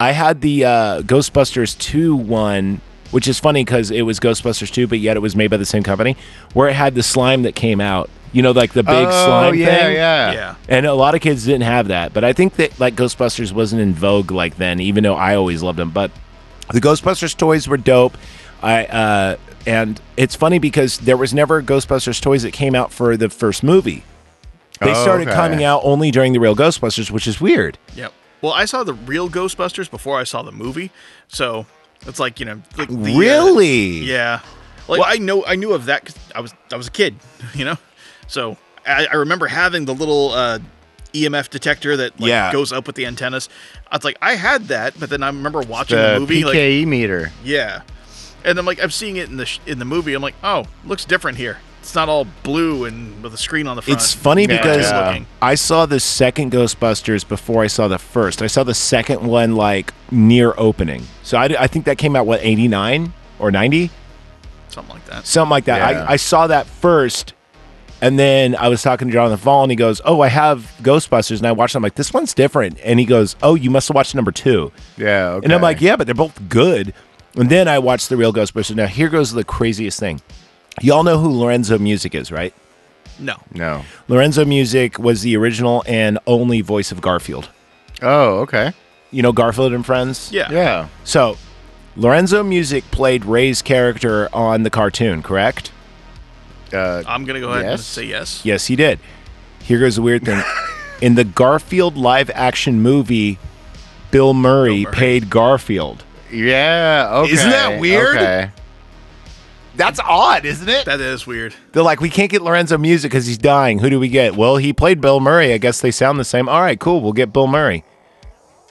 I had the uh Ghostbusters two one, which is funny because it was Ghostbusters two, but yet it was made by the same company, where it had the slime that came out. You know, like the big
oh,
slime
yeah,
thing.
Yeah.
Yeah.
And a lot of kids didn't have that, but I think that like Ghostbusters wasn't in vogue like then, even though I always loved them. But the Ghostbusters toys were dope. I uh, and it's funny because there was never Ghostbusters toys that came out for the first movie. They
Oh,
started
okay.
coming out only during the real Ghostbusters, which is weird.
Yep. Well, I saw the real Ghostbusters before I saw the movie, so it's like you know, like the, uh,
really?
yeah. Like I know, I knew of that 'cause I was I was a kid, *laughs* you know. So I, I remember having the little uh, EMF detector that like,
Yeah.
goes up with the antennas. I was like, I had that, but then I remember watching the,
The
movie, like
PKE meter.
Yeah, and I'm like, I'm seeing it in the sh- in the movie. I'm like, oh, looks different here. It's not all blue and with a screen on the front.
It's funny
Yeah.
because uh,
Yeah.
Looking.
I saw the second Ghostbusters before I saw the first. I saw the second one like near opening. So I, I think that came out what eighty nine or ninety.
something like that.
something like that.
Yeah.
I, I saw that first, and then I was talking to John on the phone, and he goes, "Oh, I have Ghostbusters," and I watched. It, I'm like, "This one's different," and he goes, "Oh, you must have watched number two.
Yeah. Okay.
and I'm like, "Yeah, but they're both good." And then I watched the real Ghostbusters. Now here goes the craziest thing. Y'all know who Lorenzo Music is, right?
No.
No.
Lorenzo Music was the original and only voice of Garfield.
Oh, okay.
You know Garfield and Friends?
Yeah.
Yeah.
So, Lorenzo Music played Ray's character on the cartoon, correct?
Uh,
I'm gonna go ahead and
Yes.
say yes.
Yes, he did. Here goes the weird thing. In the Garfield live action movie, Bill Murray,
Bill Murray.
paid Garfield.
yeah. Okay.
Isn't that weird?
Okay.
That's odd, isn't it?
That
*laughs*
is weird.
They're like, we can't get Lorenzo Music because he's dying. Who do we get? Well, he played Bill Murray. I guess they sound the same. All right, cool. We'll get Bill Murray.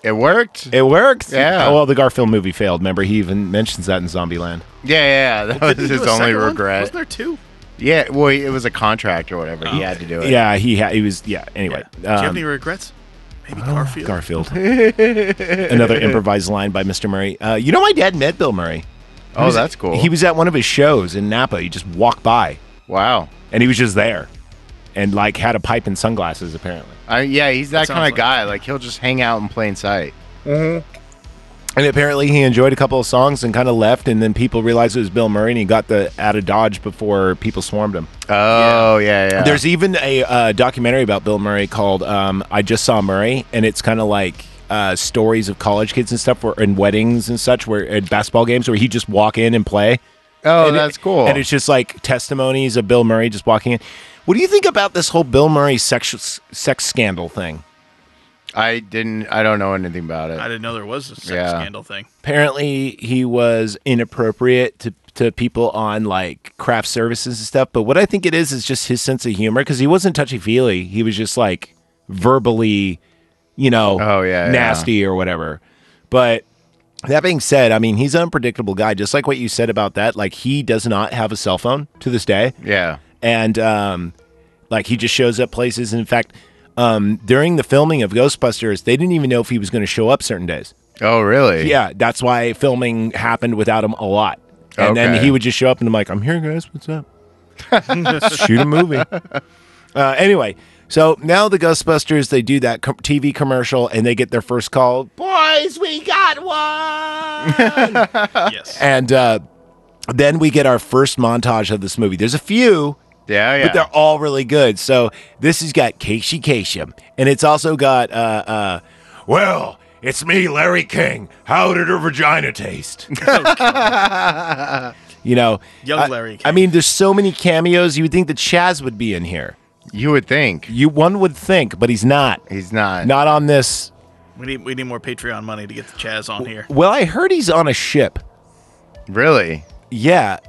It worked.
It works. Oh,
Yeah.
Well, the Garfield movie failed. Remember, he even mentions that in Zombieland.
yeah, yeah.
Oh,
That was
Didn't he
his
do a
only
second one?
regret.
Wasn't there two?
Yeah. Well, it was a contract or whatever. he had to do it.
Yeah, he ha- he was. Yeah. Anyway,
Do you have
um, oh,
any regrets? Maybe Garfield.
Garfield. Another improvised line by Mr. Murray. Uh, you know, my dad met Bill Murray. He
Oh,
was-
that's cool.
He was at one of his shows in Napa. You just walk by,
wow.
and he was just there, and like had a pipe and sunglasses. Apparently,
I, yeah, he's that,
sounds
kind
like-
of guy. Like he'll just hang out in plain sight.
and apparently he enjoyed a couple of songs and kind of left. And then people realized it was Bill Murray, and he got the out of dodge before people swarmed him.
Oh, yeah, yeah.
There's even a uh, documentary about Bill Murray called um, "I Just Saw Murray," and it's kind of like uh, stories of college kids and stuff, where and weddings and such, where at basketball games where he just walk in and play.
oh,
And it-
that's cool.
And it's just like testimonies of Bill Murray just walking in. What do you think about this whole Bill Murray sex sex scandal thing?
I didn't. I don't know anything about
I
it.
didn't know there was a sex
Yeah.
*laughs*
scandal thing. *laughs*
Apparently, he was inappropriate to to people on like craft services and stuff. But what I think it is is just his sense of humor because he wasn't touchy feely. He was just like verbally, you know,
Oh, yeah, yeah.
nasty or whatever. But that being said, I mean, he's an unpredictable guy. Just like what you said about that, like he does not have a cell phone to this day.
Yeah.
and um, like he just shows up places. And in fact, um, during the filming of Ghostbusters, they didn't even know if he was going to show up certain days.
Oh, really?
Yeah, that's why filming happened without him a lot. And then
Okay.
he would just show up and I'm like, I'm here, guys. What's up? Shoot a movie. *laughs* Uh, anyway, so now the Ghostbusters, they do that com- TV commercial and they get their first call. Boys, we got one. *laughs*
yes.
and uh, then we get our first montage of this movie. There's a few,
Yeah. Yeah.
but they're all really good. So this has got Casey Kasem, and it's also got uh, uh, well, it's me, Larry King. How did her vagina
*laughs*
taste? you know,
Young
I-
Larry King.
I mean, there's so many cameos. You would think that Chaz would be in here.
you would think
You one would think, but he's not.
he's not.
Not on this.
We need we need more Patreon money to get the Chaz on here.
Well, I heard he's on a ship.
Really?
Yeah,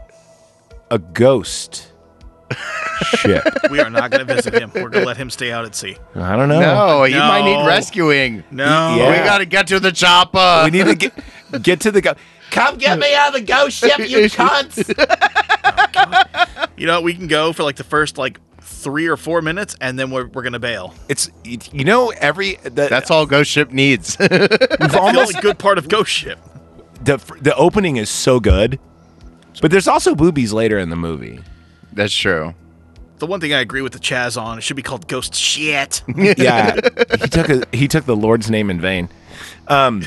a
*laughs*
ghost ship.
We are not going to visit him. We're going to let him stay out at sea.
I don't know.
No, you might
No.
need rescuing.
No.
Yeah.
We gotta get to the chopper.
We need to get get to the go. Come
*laughs*
get me out of the ghost ship, you *laughs* cunts!
You know, we can go for like the first like three or four minutes, and then we're, we're going to bail.
It's it- you know every the,
That's all Ghost Ship needs. *laughs*
we've
The
almost
only good part
*laughs*
of Ghost Ship.
the the opening is so good, but there's also boobies later in the movie.
That's true.
The one thing I agree with the Chaz on, it should be called Ghost Shit.
*laughs* Yeah, he took a, he took the Lord's name in vain. Um,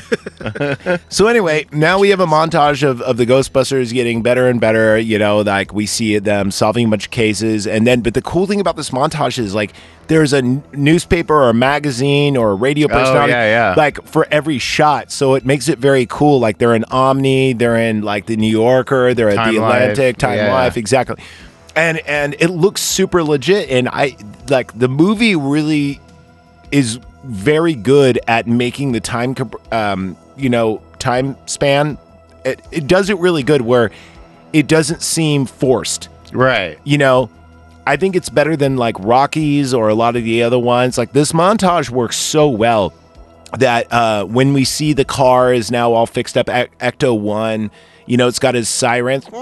*laughs* so anyway, now we have a montage of, of the Ghostbusters getting better and better. You know, like we see them solving a bunch of cases, and then but the cool thing about this montage is like there's a n- newspaper or a magazine or a radio personality,
Oh, yeah, yeah.
like for every shot. So it makes it very cool. Like they're in Omni, they're in like the New Yorker, they're at
Time
the
Life,
Atlantic, Time
yeah.
Life, exactly. And and it looks super legit. And I like the movie really is very good at making the time, comp- um, you know, time span. It, it does it really good where it doesn't seem forced.
Right.
You know, I think it's better than like Rockies or a lot of the other ones. Like this montage works so well that uh, when we see the car is now all fixed up, Ec- Ecto One. You know, it's got his sirens. *laughs*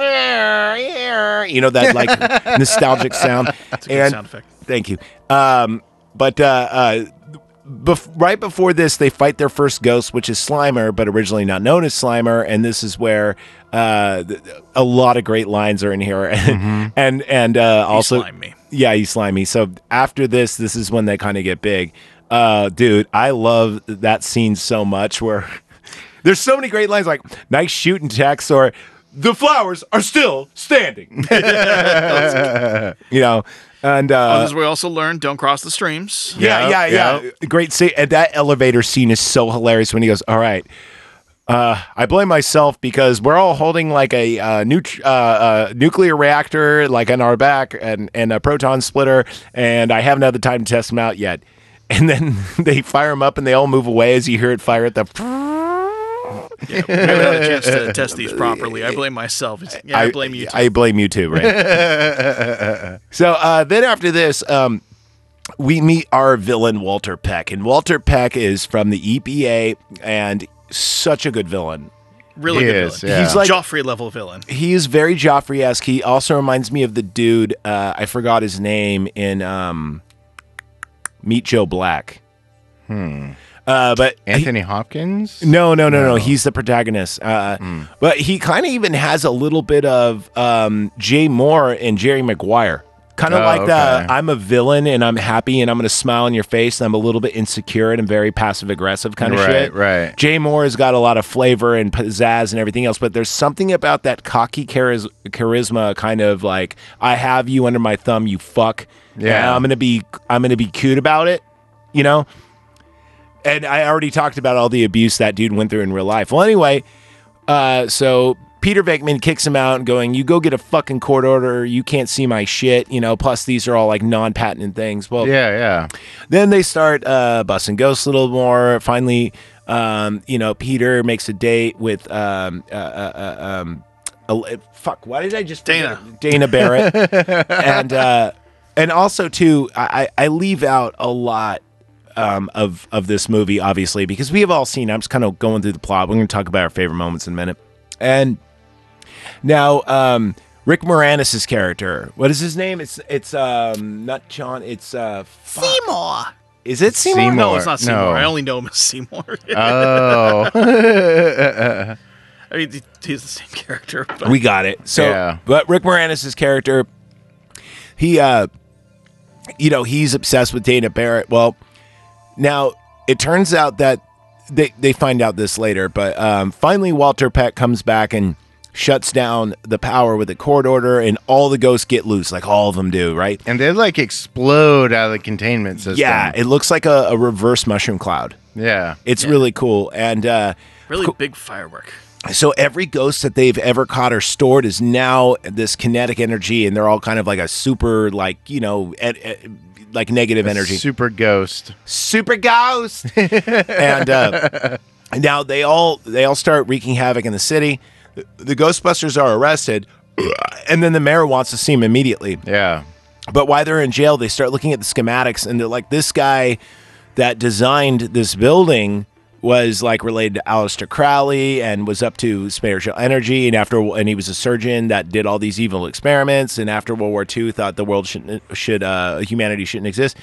You know that
*laughs*
like nostalgic sound.
It's a good
And-
sound effect.
Thank you. Um, but uh, uh, bef- right before this, they fight their first ghost, which is Slimer, but originally not known as Slimer. And this is where uh, th- a lot of great lines are in here, *laughs* and and, and uh, also
slimed me.
yeah, he's slimy. So after this, this is when they kind of get big. Uh, dude, I love *laughs* that scene so much. Where there's so many great lines like "nice shooting, Tex" or the flowers are still standing. *laughs* you know, and
Uh,
uh,
As we also learned, don't cross the streams.
yeah, yeah,
Yeah,
yeah, Great scene. And that elevator scene is so hilarious when he goes, "All right." Uh, I blame myself because we're all holding like a uh, nu- uh, uh, nuclear reactor, like on our back, and, and a proton splitter, and I haven't had the time to test them out yet. *laughs* And then they fire them up, and they all move away as you hear it fire at the.
We haven't had a chance to test these properly. I blame myself. It's- Yeah, I, blame you. Too.
I blame you too, right? so uh, then after this, um, we meet our villain Walter Peck, and Walter Peck is from the EPA and such a good villain.
really
He
good
is,
villain.
yeah.
He's like-
Joffrey level villain.
He is very Joffrey-esque. He also reminds me of the dude uh, I forgot his name in um, Meet Joe Black. Hmm. Uh, but
*laughs* Anthony Hopkins?
No, no, no, no. He's the protagonist. Uh,
Hmm.
But he kind of even has a little bit of um, Jay Moore and Jerry Maguire. Kind of
Oh,
like
okay.
the I'm a villain and I'm happy and I'm going to smile in your face and I'm a little bit insecure and I'm very passive aggressive kind of
Right,
shit.
right.
Jay Moore has got a lot of flavor and pizzazz and everything else, but there's something about that cocky chariz- charisma kind of like I have you under my thumb, you fuck.
Yeah.
And I'm going to be I'm going to be cute about it, you know? and I already talked about all the abuse that dude went through in real life. Well, anyway, uh, so Peter Venkman kicks him out and going, "You go get a fucking court order. You can't see my shit." You know. Plus, these are all like non-patented things. Well,
Yeah, yeah.
then they start uh, busting ghosts a little more. Finally, um, you know, Peter makes a date with um, uh, uh, uh, um, El- fuck. Why did I just forget
Dana.
it? Dana Barrett and uh, and also too, I I I leave out a lot. Um, of of this movie, obviously, because we have all seen. I'm just kind of going through the plot. We're going to talk about our favorite moments in a minute. And now, um, Rick Moranis' character. What is his name? It's it's um, not John. It's uh, fuck.
Seymour.
Is it Seymour?
Seymour.
No, it's not Seymour.
No.
I only know him as Seymour. *laughs*
Oh. *laughs*
I mean, he- he's the same character. But
We got it. So,
Yeah.
but Rick Moranis' character, he, uh, you know, he's obsessed with Dana Barrett. Well, now it turns out that they they find out this later, but um, finally Walter Peck comes back and shuts down the power with a court order, and all the ghosts get loose, like all of them do, right?
and they like explode out of the containment system.
Yeah, it looks like a, a reverse mushroom cloud.
yeah.
It's really cool, and uh,
really big firework.
So every ghost that they've ever caught or stored is now this kinetic energy, and they're all kind of like a super, like you know, ed- ed- like negative energy,
Super ghost.
super ghost. and uh, now they all they all start wreaking havoc in the city. The Ghostbusters are arrested, *clears throat* and then the mayor wants to see him immediately.
Yeah.
But while they're in jail, they start looking at the schematics and they're like, this guy that designed this building was like related to Aleister Crowley and was up to spiritual energy. And after, and he was a surgeon that did all these evil experiments. And after World War II, thought the world shouldn't, should, uh, humanity shouldn't exist.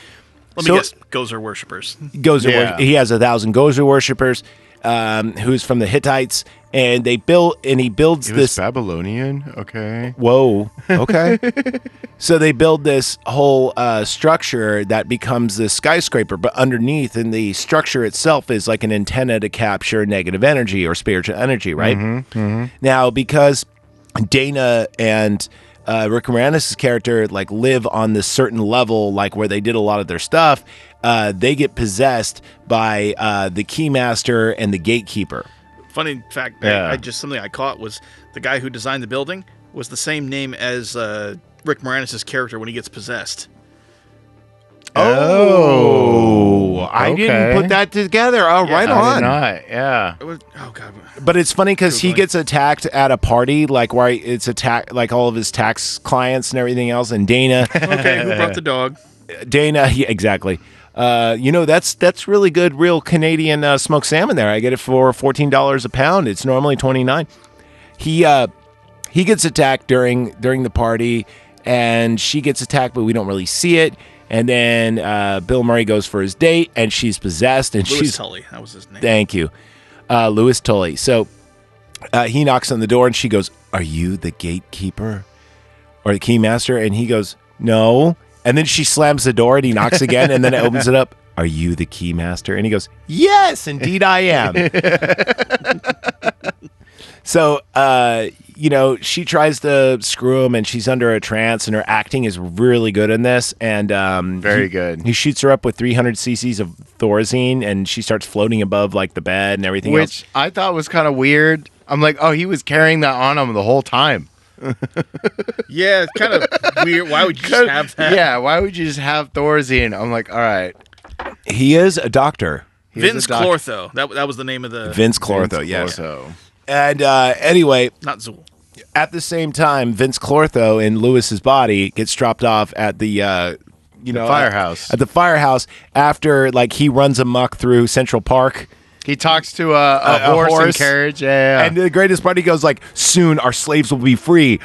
Let
So-
me guess. Gozer worshippers.
Gozer,
Yeah.
wor- he has a thousand Gozer worshippers, um, who's from the Hittites. And they built, and he builds
It was
this
Babylonian. Okay.
Whoa. *laughs* Okay. so they build this whole uh, structure that becomes this skyscraper, but underneath in the structure itself is like an antenna to capture negative energy or spiritual energy, right? mm-hmm. Now, because Dana and uh, Rick Moranis' character like live on this certain level, like where they did a lot of their stuff, uh, they get possessed by uh, the keymaster and the gatekeeper.
Funny fact,
Yeah.
I, I just something I caught was the guy who designed the building was the same name as uh, Rick Moranis' character when he gets possessed.
Oh,
I didn't
okay.
put that together. Oh, right on.
I did not. Yeah.
It was, oh god,
But it's funny because he
Googling.
gets attacked at a party, like where it's attack, like all of his tax clients and everything else. And Dana,
okay, who brought the dog?
Dana, yeah, exactly. Uh, you know that's that's really good, real Canadian uh, smoked salmon. There, I get it for fourteen dollars a pound. It's normally twenty nine. He uh, he gets attacked during during the party, and she gets attacked, but we don't really see it. And then uh, Bill Murray goes for his date, and she's possessed, and
Louis
she's
Tully, that was his name.
Thank you. Uh, Louis Tully. So uh, he knocks on the door and she goes, Are you the gatekeeper or the keymaster? And he goes, No. And then she slams the door and he knocks again and then it opens it up. Are you the keymaster? And he goes, Yes, indeed I am. So, uh, you know, she tries to screw him and she's under a trance and her acting is really good in this. And um,
Very
he-
good.
He shoots her up with 300 cc's of Thorazine and she starts floating above like the bed and everything else.
which I thought was kind of weird. I'm like, oh, he was carrying that on him the whole time.
Yeah, it's kind of weird. Why would you
*laughs*
just have that?
yeah, why would you just have Thorazine? I'm like, all right.
He is a doctor.
he is a
Vince
doc-
Clortho. That, that was the name of the.
Vince Clortho, yes.
So
And uh, anyway,
Not Zool.
at the same time, Vince Clortho in Lewis's body gets dropped off at the uh, you know
firehouse.
at, the firehouse after like he runs amok through Central Park.
he talks to a, a,
a
horse, and
horse.
carriage. Yeah, yeah, yeah.
And the greatest part, he goes like, "Soon our slaves will be free,"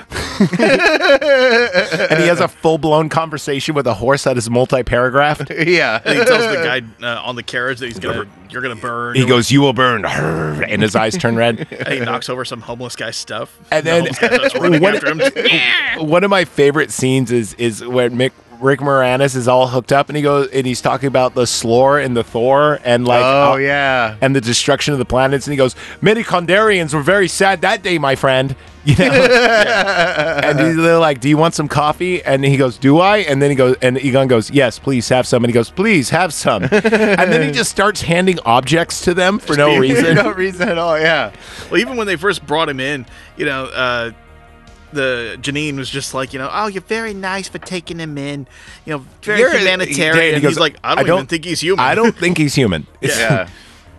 *laughs* and he has a full blown conversation with a horse that is multi paragraphed.
yeah. *laughs*
And he tells the
*laughs*
guy uh, on the carriage that he's gonna, you're gonna burn.
He
or-
goes, "You will burn," *laughs* and his eyes
*laughs*
turn red.
and *laughs* he knocks over some homeless guy's stuff.
And
The
then-
homeless
*laughs*
guy starts running
What-
after him.
One of my favorite scenes is is where Mick. Rick Moranis is all hooked up, and he goes, and he's talking about the Slor and the Thor, and
oh
like, how-
yeah.
and the destruction of the planets. And he goes, Many Condarians were very sad that day, my friend. *laughs* You know,
*laughs*
and he- they're like, "Do you want some coffee?" And he goes, "Do I?" And then he goes, and Egon goes, "Yes, please have some." And he goes, "Please have some." and
*laughs*
then he just starts handing objects to them for no reason.
no reason at all. Yeah.
Well, even when they first brought him in, you know, uh, the Janine was just like, you know, oh, you're very nice for taking him in. You know, very
You're-
humanitarian.
he
he's
goes,
like, I
"I
don't, even
don't-
think he's human.
I don't think he's human. It's-
Yeah.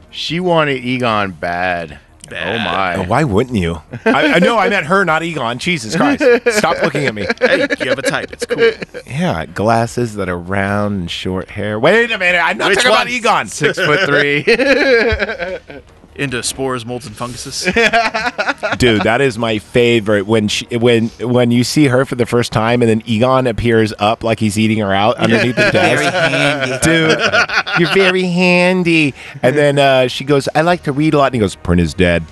she wanted Egon bad.
Bad.
Oh my.
Why wouldn't you? *laughs* I, I know I meant her, not Egon. Jesus Christ! Stop looking at me. *laughs*
hey, you have a type. It's cool.
Yeah, glasses that are round and short hair. Wait a minute, I'm not
Which
talking
one?
about Egon.
Six foot three.
Into spores, molds, and funguses.
*laughs* Dude, that is my favorite. When she, when when you see her for the first time, and then Egon appears up like he's eating her out underneath the desk.
handy.
Dude, you're very handy. And then uh, she goes, "I like to read a lot," and he goes, "Print is dead."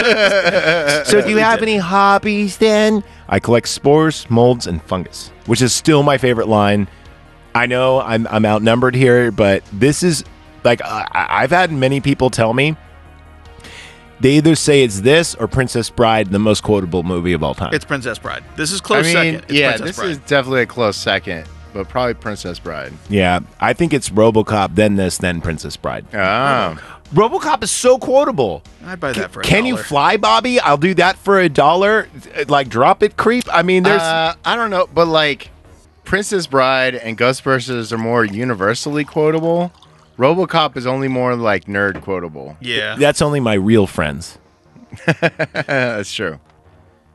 so, do you have any hobbies then? I collect spores, molds, and fungus, which is still my favorite line. I know I'm I'm outnumbered here, but this is like I, I- I've had many people tell me they either say it's this or Princess Bride, the most quotable movie of all time.
It's Princess Bride. This is
I
close
mean,
second. It's
yeah,
Princess
this
Bride.
is definitely a close second, but probably Princess Bride.
yeah, I think it's RoboCop, then this, then Princess Bride.
Oh.
RoboCop is so quotable.
I'd buy that for a
Can you
dollar.
fly, Bobby? I'll do that for a dollar. Like drop it, creep. I mean, there's
Uh, I don't know, but like Princess Bride and Ghostbusters are more universally quotable. RoboCop is only more like nerd quotable.
Yeah.
that's only my real friends.
That's true.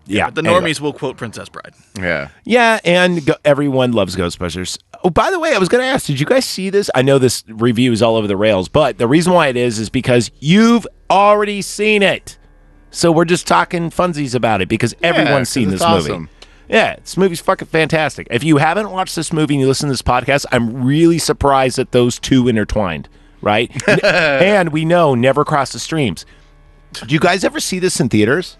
Yeah,
The
anyway.
normies will quote Princess Bride.
Yeah.
Yeah, and go- everyone loves Ghostbusters. Oh, by the way, I was going to ask, did you guys see this? I know this review is all over the rails, but the reason why it is is because you've already seen it. So we're just talking funsies about it because everyone's
'cause
seen
it's
this movie.
awesome.
Yeah, this movie's fucking fantastic. If you haven't watched this movie and you listen to this podcast, I'm really surprised that those two intertwined,
*laughs*
right? N- and we know never cross the streams. Do you guys ever see this in theaters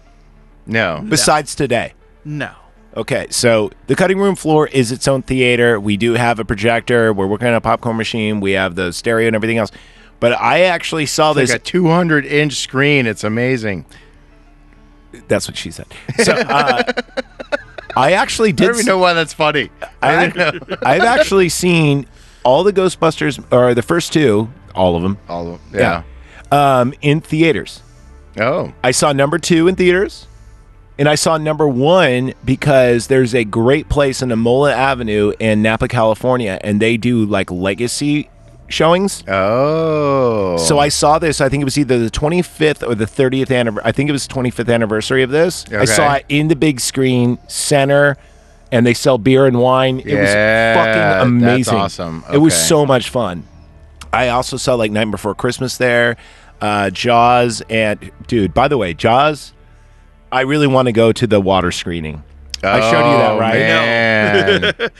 No.
besides today?
No.
Okay, so the cutting room floor is its own theater. We do have a projector. We're working on a popcorn machine. We have the stereo and everything else. But I actually saw
Like
this.
a 200 inch screen. It's amazing.
that's what she said. So uh, I actually
I
did.
don't even know why that's funny.
I, *laughs* have actually seen all the Ghostbusters, or the first two, all of them.
All of them. Yeah.
Um, in theaters.
Oh.
I saw number two in theaters, and I saw number one because there's a great place in Amola Avenue in Napa, California, and they do like legacy showings.
Oh.
So I saw this. I think it was either the 25th or the 30th anniversary. I think it was 25th anniversary of this. I
Okay.
saw it in the big screen center, and they sell beer and wine. It
Yeah,
was
that's
fucking amazing.
awesome.
It was
Okay.
so much fun. I also saw like Night Before Christmas there, uh, Jaws, and dude. By the way, Jaws. I really want to go to the water screening. I showed you that,
Oh,
right? *laughs*
*laughs*
Man.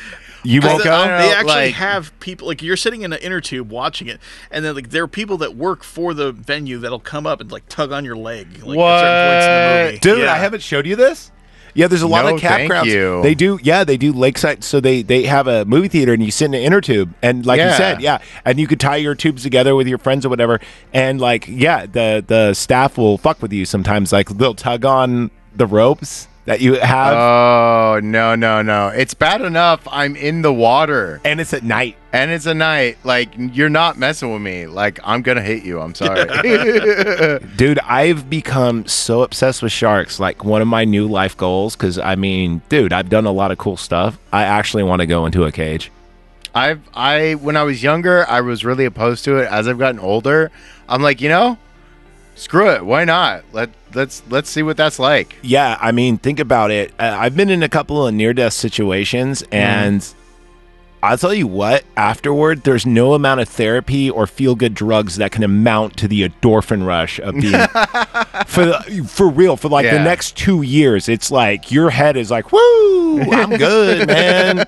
You won't
They-
go.
They
know,
actually
like-
have people like you're sitting in an inner tube watching it, and then like there are people that work for the venue that'll come up and like tug on your leg. Like, At certain points in the movie.
Dude,
Yeah.
I haven't showed you this. Yeah, there's a lot
No,
of campgrounds.
thank you.
They do. Yeah, they do lakeside. So they they have a movie theater, and you sit in an inner tube, and like you
Yeah.
said, yeah, and you could tie your tubes together with your friends or whatever, and like yeah, the the staff will fuck with you sometimes. Like they'll tug on the ropes that you have,
Oh no no no! It's bad enough I'm in the water
and it's at night.
and it's a night. Like you're not messing with me. Like I'm gonna hit you. I'm
*laughs*
sorry. *laughs*
Dude, I've become so obsessed with sharks. Like one of my new life goals, because I mean, dude, I've done a lot of cool stuff. I actually want to go into a cage.
I've I when I was younger, I was really opposed to it. As I've gotten older, I'm like, you know, screw it. Why not? Let let's let's see what that's like.
Yeah, I mean, think about it. Uh, I've been in a couple of near death situations, and I'll tell you what, afterward, there's no amount of therapy or feel good drugs that can amount to the endorphin rush
*laughs*
of being. for, the, for real, for like the
Yeah.
next two years, it's like your head is like, woo, I'm
*laughs*
good, man.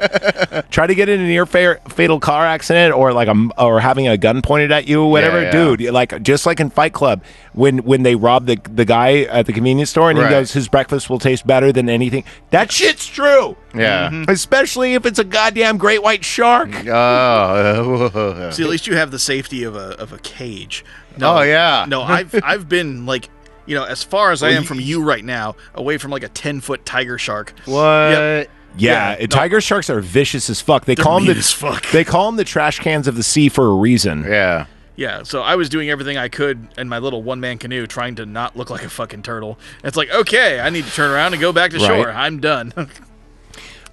Try to get in a near fa- fatal car accident or like a, m- or having a gun pointed at you or whatever,
yeah.
dude. Like just like in Fight Club, when when they rob the the guy at the convenience store and he
Right.
goes, his breakfast will taste better than anything. That shit's true, Mm-hmm.
Yeah.
especially if it's a goddamn great white shark.
Mm-hmm.
Oh.
See, at least you have the safety of a of a cage. No,
Oh, yeah.
No, I've I've been like, you know, as far as I am from you right now, away from like a ten foot tiger shark.
what?
Yep.
Yeah,
Yeah, no.
tiger sharks are vicious as fuck. They call them
mean
the
as fuck.
they call them the trash cans of the sea for a reason.
Yeah.
Yeah, so I was doing everything I could in my little one man canoe, trying to not look like a fucking turtle. It's like, okay, I need to turn around and go back to
Right.
shore. I'm done. *laughs*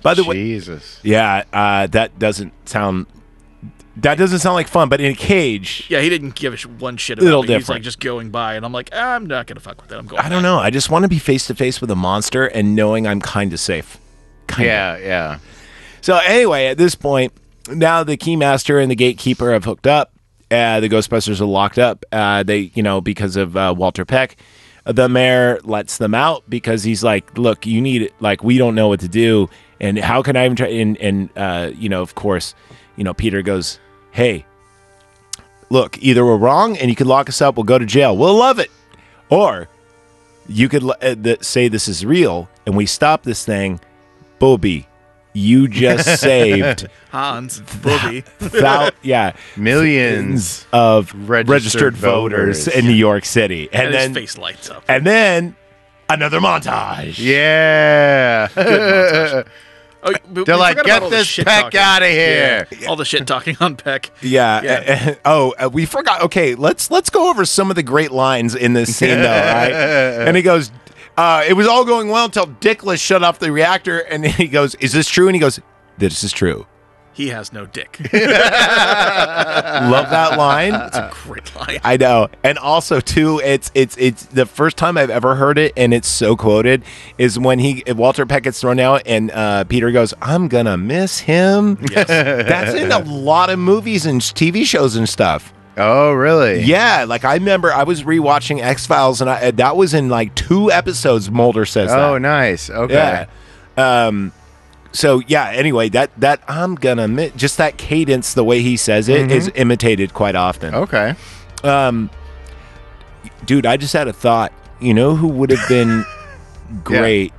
By the way,
Jesus.
yeah, uh, that doesn't sound that doesn't sound like fun. But in a cage,
yeah, he didn't give a sh- one shit about
Little
me. He's like
different.
just going by, and I'm like, "Ah, I'm not gonna fuck with that. I'm going.
I don't know. I just want to be face to face with a monster and knowing I'm kind of safe. Kinda.
Yeah. Yeah.
So anyway, at this point, now the keymaster and the gatekeeper have hooked up. Uh, the Ghostbusters are locked up. Uh, they, you know, because of uh, Walter Peck, the mayor lets them out because he's like, "Look, you need like we don't know what to do, and how can I even try?" And and uh, you know, of course, you know, Peter goes, "Hey, look, either we're wrong, and you could lock us up. We'll go to jail. We'll love it, or you could l- uh, th- say this is real, and we stop this thing, Bobby."
*laughs*
You just saved
Hans, Booby.
thou- yeah,
Millions.
of registered,
Registered
voters,
voters.
in New York City, *laughs* and,
and his
then
face lights up.
and then another montage.
Yeah.
Oh, but
*laughs*
we
They're like,
forgot about all
get
the
this
shit
peck
talking."
out of here.
Yeah, All the shit talking on Peck.
Yeah.
Yeah.
uh, *laughs* oh, uh, we forgot. Okay, let's let's go over some of the great lines in this
*laughs*
scene, though. Right? And he goes, uh, "It was all going well until Dickless shut off the reactor." And he goes, "Is this true?" And he goes, "This
*laughs*
is true."
He has no dick.
*laughs* Love that line. It's a
Great line.
I know. And also too, it's it's it's the first time I've ever heard it and it's so quoted is when he Walter Peck gets thrown out and uh, Peter goes, I'm gonna miss him. Yes. *laughs* That's in a lot of movies and TV shows and stuff.
Oh, really?
Yeah, like I remember I was rewatching X Files and I, uh, that was in like two episodes. Mulder says that.
Oh, nice. Okay.
Yeah. Um, so yeah. Anyway, that that I'm gonna mi- just that cadence, the way he says it, is imitated quite often.
Okay.
dude, I just had a thought. You know who would have
*laughs*
been great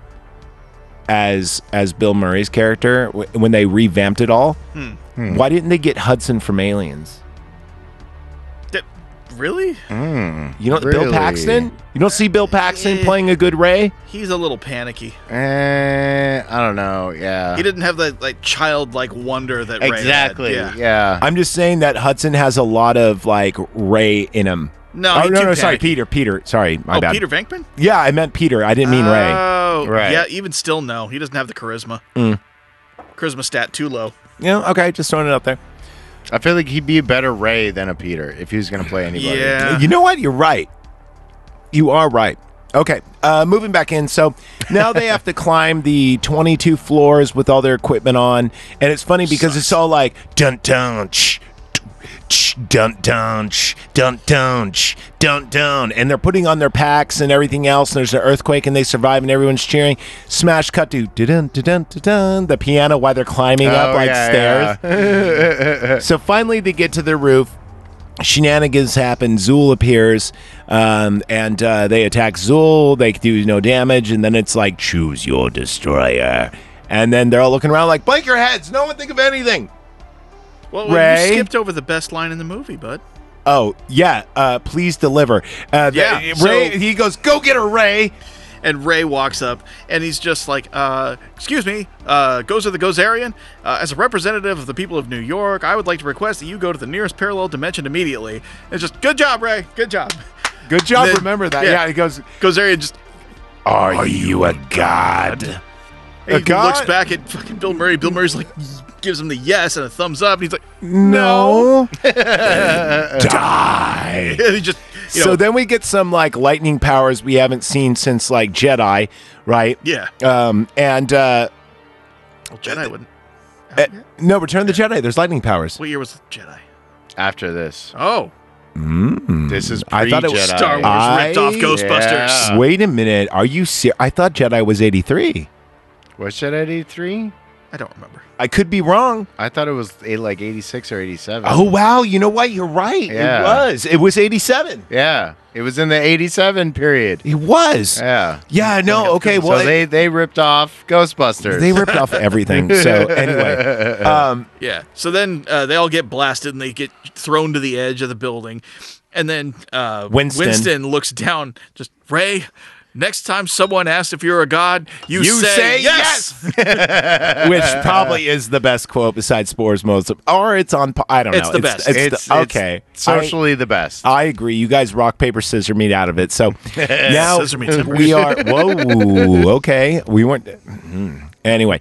as as Bill Murray's character w- when they revamped it all?
Hmm.
Why didn't they get Hudson from Aliens?
That- really?
Hmm.
You know Bill
Really?
Paxton. You don't see Bill Paxton playing a good Ray.
He's a little panicky.
Eh, I don't know. Yeah.
Uh.
He didn't have that like childlike wonder that Ray had.
Exactly.
Yeah.
yeah.
I'm just saying that Hudson has a lot of like Ray in him.
No,
oh,
he
no,
too
no, sorry,
panicky.
Peter, Peter, sorry, my
oh,
bad.
Peter Venkman?
Yeah, I meant Peter. I didn't mean Ray.
Oh,
Right.
Yeah, even still, no. He doesn't have the charisma.
Mm.
Charisma stat too low.
You know, okay, just throwing it out there.
I feel like he'd be a better Ray than a Peter if he was going to play anybody.
Yeah.
You know what? You're right. You are right. Okay, uh, moving back in. So now they
*laughs*
have to climb the 22 floors with all their equipment on, and it's funny because it's all like dun dun ch, ch, dun dun ch, dun dun ch, dun dun, and they're putting on their packs and everything else. And there's an earthquake, and they survive, and everyone's cheering. Smash cut to dun dun dun dun the piano while they're climbing up
Oh,
like
yeah, *laughs*
stairs.
yeah.
So finally, they get to the roof, shenanigans happen. Zool appears, um, and uh, they attack Zool. They do no damage, and then it's like choose your destroyer. And then they're all looking around like, "Blink your heads! No one think of anything."
Well,
Ray?
you skipped over the best line in the movie, bud.
Oh yeah, uh, please deliver. Uh, the-
Yeah,
Ray.
so-
he goes, "Go get her, Ray."
And Ray walks up and he's just like, uh, Excuse me, uh, Gozer the Gozerian, uh, as a representative of the people of New York, I would like to request that you go to the nearest parallel dimension immediately. It's just, Good job, Ray. Good job. *laughs*
Good job.
Then-
remember that.
yeah.
Yeah. he goes.
Gozerian just
Are, you a god?
he
god?
looks back at fucking Bill Murray. Bill Murray's like, gives him the yes and a thumbs up. And he's like, *laughs*
No.
*laughs*
*laughs*
Die.
and he just, you know,
so then we get some like lightning powers we haven't seen since like Jedi, right?
yeah.
Um, and uh,
Well, Jedi wouldn't.
eh, no, Return of the Jedi. There's lightning powers.
What year was Jedi?
After this,
Oh,
this is
Mm. I thought it was
pre-Jedi.
Star Wars
I-
ripped off Ghostbusters.
Yeah.
Wait a minute. Are you serious? I thought Jedi was 83.
Was that '83?
I don't remember.
I could be wrong.
I thought it was eh, like '86 or '87.
Oh wow, you know what? You're right.
Yeah.
It was. It was 87.
yeah, it was in the '87 period.
It was.
Yeah.
Yeah, no. Okay, well
so
it-
they they ripped off Ghostbusters.
they ripped off everything.
*laughs*
So anyway, um,
Yeah. So then uh, they all get blasted and they get thrown to the edge of the building. And then uh,
Winston.
looks down, just Ray. Next time someone asks if you're a god, you, say, yes. *laughs*
which probably is the best quote besides Spore's most, or it's on. po- I don't
It's
know.
the best.
It's,
it's,
the,
it's
okay. I-
socially the best.
I agree. You guys rock paper scissor meat out of it.
*laughs*
So now
Scissor meat's the
we are. Whoa. Okay. We weren't. mhm.
*laughs*
Anyway,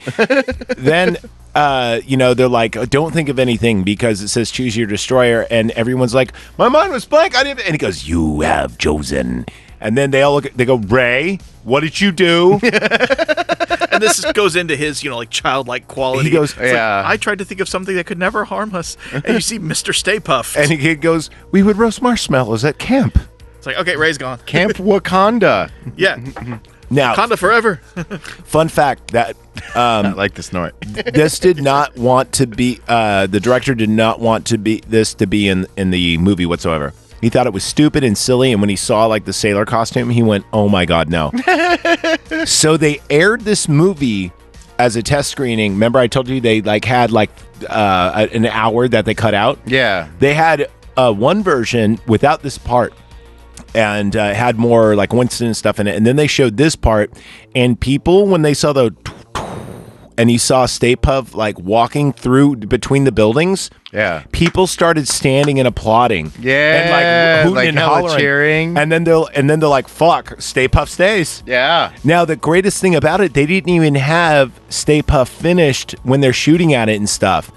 then uh, you know they're like, "Oh, don't think of anything because it says choose your destroyer, and everyone's like, my mind was blank. I didn't. And he goes, you have chosen. And then they all look. They go, Ray, what did you do?
And this is- goes into his, you know, like childlike quality.
He goes,
It's like,
Yeah.
I tried to think of something that could never harm us. And you see Mr. Stay Puffed.
and the kid goes, we would roast marshmallows at camp.
it's like, okay, Ray's gone.
*laughs*
Camp Wakanda.
Yeah.
Now,
Conda forever.
fun fact that um,
I *laughs* like the snort.
this did not want to be uh, the director did not want to be this to be in in the movie whatsoever he thought it was stupid and silly and when he saw like the sailor costume he went oh my god no so they aired this movie as a test screening remember i told you they like had like uh, an hour that they cut out
Yeah.
they had uh, one version without this part and uh, had more like Winston and stuff in it. And then they showed this part, and people, when they saw the and you saw Stay Puff like walking through between the buildings,
Yeah.
people started standing and applauding.
Yeah,
and like hooting
like
and
hella
hollering.
cheering.
And then they'll and then they're like, "Fuck, Stay Puff stays."
Yeah.
Now, the greatest thing about it, they didn't even have Stay Puff finished when they're shooting at it and stuff.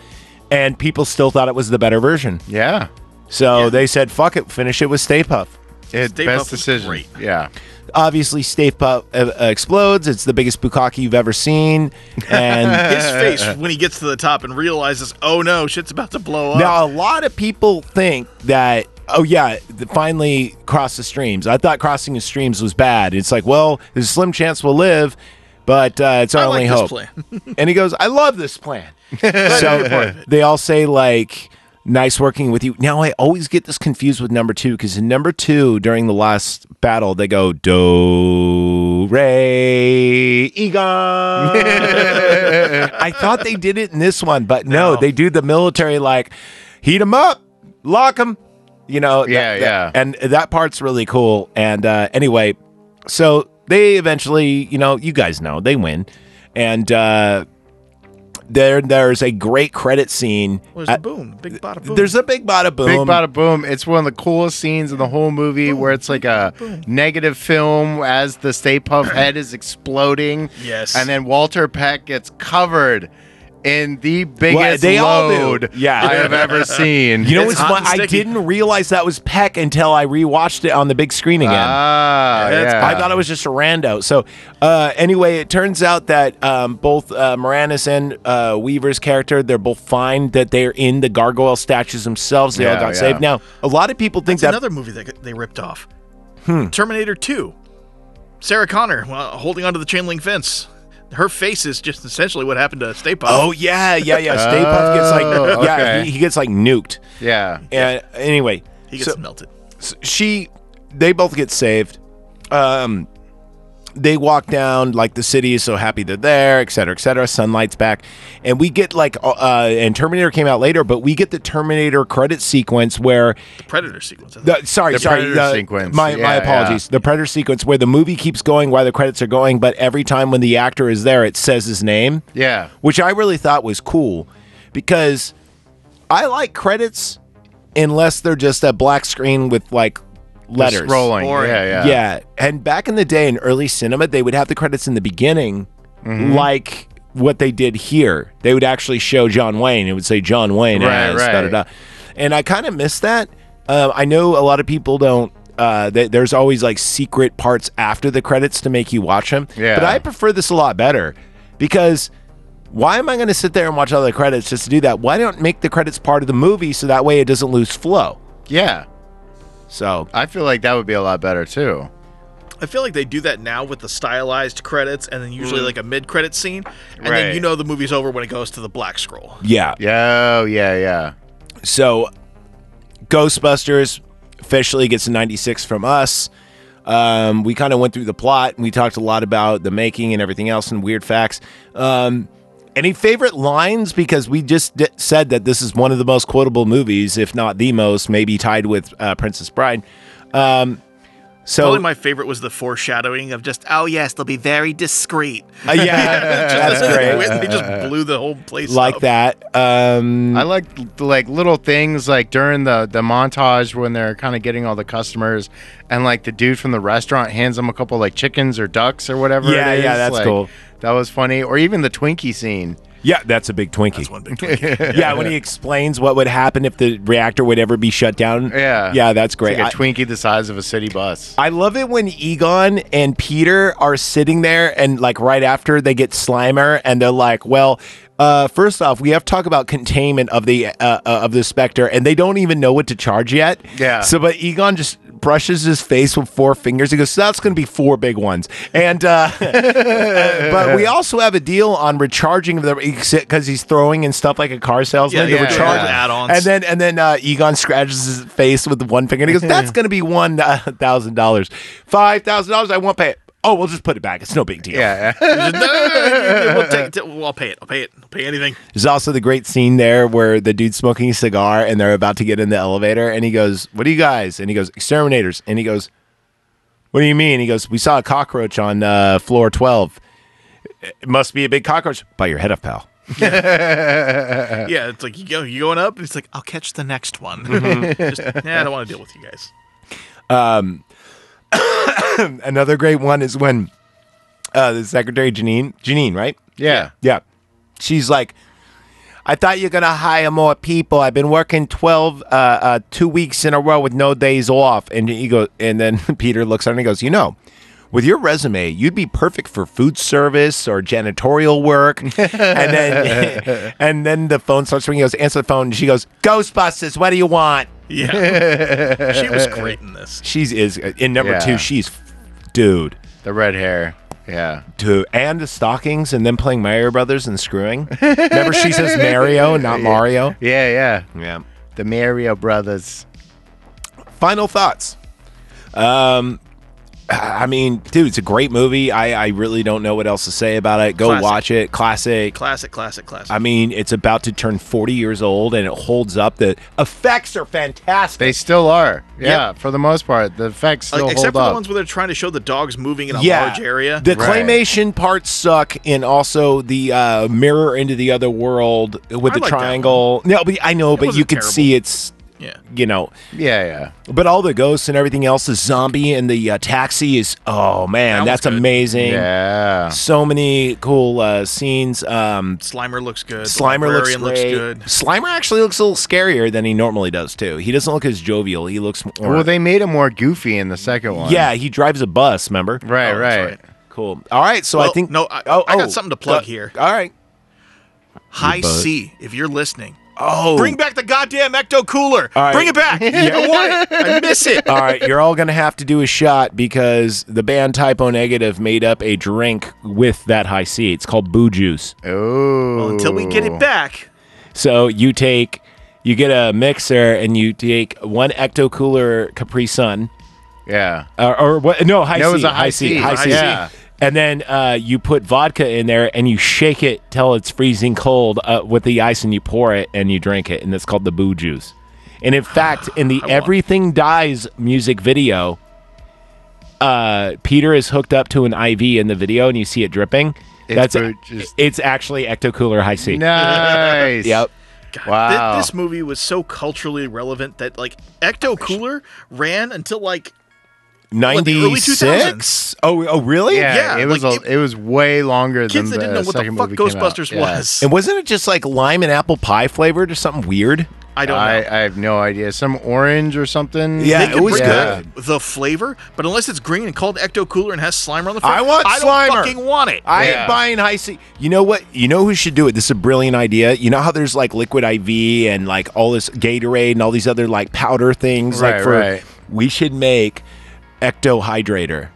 And people still thought it was the better version.
Yeah.
So they said, "Fuck it, finish it with Stay Puff."
It,
Stay
best
Puft was
decision.
great.
Yeah.
Obviously, Stay Puff uh, uh, explodes. It's the biggest bukkake you've ever seen, and
His face when he gets to the top and realizes, oh no, shit's about to blow up.
now a lot of people think that. Oh yeah, th- finally cross the streams. I thought crossing the streams was bad. It's like, well, there's a slim chance we'll live, but uh, it's our
I
only
like this
hope.
plan. *laughs*
and he goes, "I love
*laughs*
this plan." so they all say like, "Nice working with you." Now I always get this confused with number two because in number two during the last battle they go do re egon.
*laughs*
I thought they did it in this one, but no,
No.
they do the military like, heat them up, lock them. You know, that-
Yeah,
that-
yeah.
and that part's really cool. And uh, anyway, so they eventually, you know, you guys know they win, and uh, there there's a great credit scene.
Where's
Uh,
the boom? Big bada boom.
there's a big bada boom.
Big bada boom. It's one of the coolest scenes in the whole movie where it's like a negative film as the Stay Puff head is exploding.
Yes.
And then Walter Peck gets covered in the biggest
Well, they all do.
load
Yeah.
I have ever seen.
you know
It's
what's
hot
fun?
and
I
sticky.
didn't realize that was Peck until I rewatched it on the big screen again.
Ah,
That's-
yeah.
I thought it was just a rando. So, uh, anyway, it turns out that um, both uh, Moranis and uh, Weaver's character, they're both fine that they're in the gargoyle statues themselves. They all
Yeah,
got
yeah.
saved. Now, a lot of people think
It's
that. Hmm.
another movie that they ripped off. uh, Terminator 2. Sarah Connor well, holding onto the chain link fence. her face is just essentially what happened to Stay Puft.
Oh yeah, yeah, yeah. Stay Puft gets
Oh,
like yeah,
okay.
he, he gets like nuked.
Yeah.
And anyway,
he gets
so-
melted.
she they both get saved um they walk down like the city is so happy they're there et cetera et cetera sunlight's back and we get like uh, uh and terminator came out later but we get the terminator credit sequence where
Predator sequence. I think.
the, sorry
The
sorry
Predator sequence.
my, my
Yeah,
apologies the predator sequence where the movie keeps going while the credits are going but every time when the actor is there it says his name
Yeah.
which I really thought was cool because I like credits unless they're just a black screen with like letters.
Just Scrolling.
Boring.
Yeah, yeah.
Yeah. And back in the day in early cinema, they would have the credits in the beginning,
Mm-hmm.
like what they did here. They would actually show John Wayne. It would say John Wayne.
Right,
as da, da,
right.
da. And I kind of miss that. Uh, I know a lot of people don't. Uh, th- there's always like secret parts after the credits to make you watch them.
Yeah.
But I prefer this a lot better because why am I going to sit there and watch all the credits just to do that? Why don't make the credits part of the movie so that way it doesn't lose flow?
Yeah.
So
I feel like that would be a lot better too.
I feel like they do that now with the stylized credits and then usually
Hmm.
like a mid credit scene. And then
Right.
you know the movie's over when it goes to the black scroll.
yeah,
Yeah, oh, yeah, yeah.
So, Ghostbusters officially gets a 96 from us. Um, we kind of went through the plot. and We talked a lot about the making and everything else and weird facts. Um, any favorite lines? Because we just d- said that this is one of the most quotable movies, if not the most, maybe tied with uh, Princess Bride. Um, so,
Probably my favorite was the foreshadowing of just, oh yes, they'll be very discreet.
Uh, yeah, *laughs* that's great.
*laughs* they just blew the whole place
Like
up.
that. Um,
I like like little things like during the the montage when they're kind of getting all the customers, and like the dude from the restaurant hands them a couple like chickens or ducks or whatever.
Yeah,
it is.
yeah, that's
Like,
cool.
That was funny. Or even the Twinkie scene.
yeah, that's a big Twinkie.
That's one big twink.
*laughs* yeah, when he explains what would happen if the reactor would ever be shut down.
Yeah.
Yeah, that's great.
It's like a
I-
Twinkie the size of a city bus.
I love it when Egon and Peter are sitting there and like right after they get Slimer and they're like, well, uh, first off, we have to talk about containment of the uh, uh, of the Spectre, and they don't even know what to charge yet.
Yeah.
So, but Egon just brushes his face with four fingers. He goes, so "That's going to be four big ones." And uh, *laughs* but
*laughs*
we also have a deal on recharging the because he's throwing and stuff like a car salesman.
yeah,
to
yeah,
recharge
yeah. Add-ons.
and then and then uh, Egon scratches his face with one finger and he goes,
*laughs*
"That's going to be one uh, thousand dollars, five thousand dollars. I won't pay it. Oh, we'll just put it back. It's no big deal."
Yeah.
Just, "No, no, no, no, we'll take it. Well, I'll pay it. I'll pay it. I'll pay anything.
There's also the great scene there where the dude's smoking a cigar and they're about to get in the elevator and he goes, "What are you guys?" And he goes, "Exterminators." And he goes, "What do you mean?" He goes, "We saw a cockroach on uh, floor twelve. It must be a big cockroach. Bite your head off, pal."
Yeah, it's like you go, you going up, and it's like I'll catch the next one.
Mm-hmm.
*laughs* Just, nah, I don't want to deal with you guys.
Another great one is when uh, the secretary Janine, Janine, right?
yeah.
Yeah. She's like, I thought you're going to hire more people. I've been working 12, uh, uh, two weeks in a row with no days off. And he goes, and then *laughs* Peter looks at him and goes, you know, with your resume, you'd be perfect for food service or janitorial work. and then, *laughs* and then the phone starts ringing. He goes, answer the phone. And she goes, Ghostbusters, what do you want?
*laughs*
Yeah,
*laughs*
she was great in this.
She's is in number
Yeah.
two. She's, f- dude,
The red hair. Yeah.
dude, and the stockings, and then playing Mario Brothers and screwing. Remember, she
*laughs*
says Mario, not Mario.
Yeah, yeah.
Yeah.
The Mario brothers.
final thoughts. Um, I mean, dude, it's a great movie. I, I really don't know what else to say about it. Go
Classic.
watch it. Classic.
Classic, classic, classic.
I mean, it's about to turn 40 years old and it holds up. The effects are fantastic.
They still are. Yeah, for the most part. The effects still
like, Uh, except
hold
for
up.
the ones where they're trying to show the dogs moving in a large area.
The
Right.
claymation parts suck, and also the uh, mirror into the other world with
I
the
like that
triangle. No, but I know, but you
wasn't
could
terrible.
see it's,
yeah,
you know,
yeah, yeah.
but all the ghosts and everything else, the zombie and the uh, taxi is, oh man,
That was
that's
good.
amazing.
Yeah.
so many cool uh, scenes. Um,
Slimer looks good. The
Slimer looks,
Librarian looks
great.
good.
Slimer actually looks a little scarier than he normally does too. He doesn't look as jovial. He looks more.
Well, they made him more goofy in the second one.
yeah, he drives a bus. Remember?
Right,
Oh, that's
right.
right.
Cool. All right. So I
Well,
think Oh, uh,
no, I- I got something to plug here.
All right.
High
bug.
C, if you're listening,
Oh.
Bring back the goddamn ecto cooler.
right.
Bring
*laughs*
it back. I want it. I miss it.
all right, you're all gonna have to do a shot because the band Typo Negative made up a drink with that high C. It's called Boo Juice.
Oh.
Well, *laughs* until we get it back.
So you take, you get a mixer and you take one ecto cooler Capri Sun,
*laughs*
Yeah.
or, Uh, or what? No, high
No,
C,
it was a high C,
high
high
C.
C. Yeah.
And then uh, you put vodka in there and you shake it till it's freezing cold uh, with the ice, and you pour it and you drink it, and it's called the Boo Juice. And in fact, in
*sighs*
the Everything Dies music video, uh, Peter is hooked up to an IV in the video, and you see it dripping.
It's
That's
Boo Juice.
it's actually ecto cooler high C.
Nice.
Yep.
Thi-
Wow.
this movie was so culturally relevant that like ecto cooler ran until like the early
96
2000s?
oh oh really
yeah,
yeah,
it was
like,
a, it, was way longer
kids that
than the
didn't know what the
second
fuck
movie came out.
Ghostbusters
Yeah.
was.
and wasn't it just like lime and apple pie flavored or something weird
I don't know.
I, I have no idea. Some orange or something.
Yeah,
they
it
can
was
bring
good.
back the flavor, but unless it's green and called ecto cooler and has Slimer on the front,
I want
I don't
Slimer.
fucking want it.
I ain't
Yeah.
buying high C. You know what? You know who should do it? This is a brilliant idea. You know how there's like liquid IV and like all this Gatorade and all these other like powder things. like
Right,
for
right.
we should make ecto hydrator,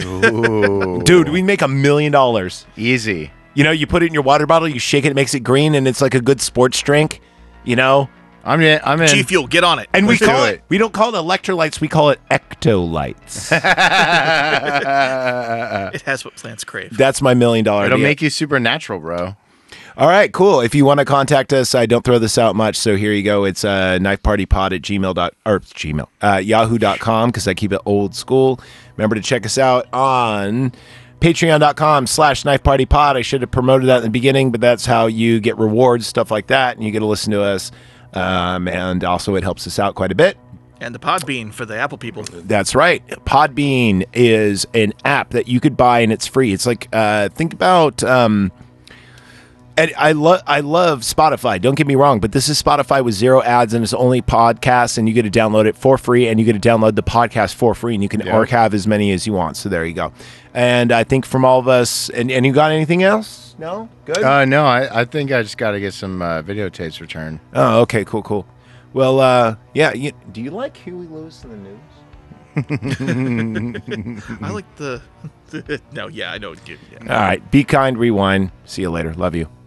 *laughs*
Ooh,
dude. We make a million dollars.
easy.
You know, you put it in your water bottle, you shake it, it makes it green, and it's like a good sports drink. You know,
I'm in. I'm in.
G Fuel, get on it.
And we
Let's
call
do
it, we don't call it electrolytes, we call it
*laughs*
ectolites.
It has what plants crave.
That's my million dollar
It'll
idea.
make you supernatural, bro.
All right, cool. If you want to contact us, I don't throw this out much, so here you go. It's uh, knifepartypod at gmail dot or gmail uh, yahoo.com because I keep it old school. Remember to check us out on patreon.com slash knifepartypod. I should have promoted that in the beginning, but that's how you get rewards, stuff like that, and you get to listen to us. Um, and also, it helps us out quite a bit.
And the pod bean for the Apple people.
That's right. Podbean is an app that you could buy and it's free. It's like uh, think about. Um, and I love I love Spotify. Don't get me wrong, but this is Spotify with zero ads and it's only podcasts, and you get to download it for free, and you get to download the podcast for free, and you can archive as many as you want. So there you go. And I think from all of us, and, and you got anything else? No, good.
Uh, no, I, I think I just got to get some uh, videotapes returned.
oh, okay, cool, cool. Well, uh, yeah. You, do you like Huey Lewis in the news?
I like the. *laughs* no, yeah, I know. dude, Yeah.
All right. Be kind. Rewind. See you later. Love you.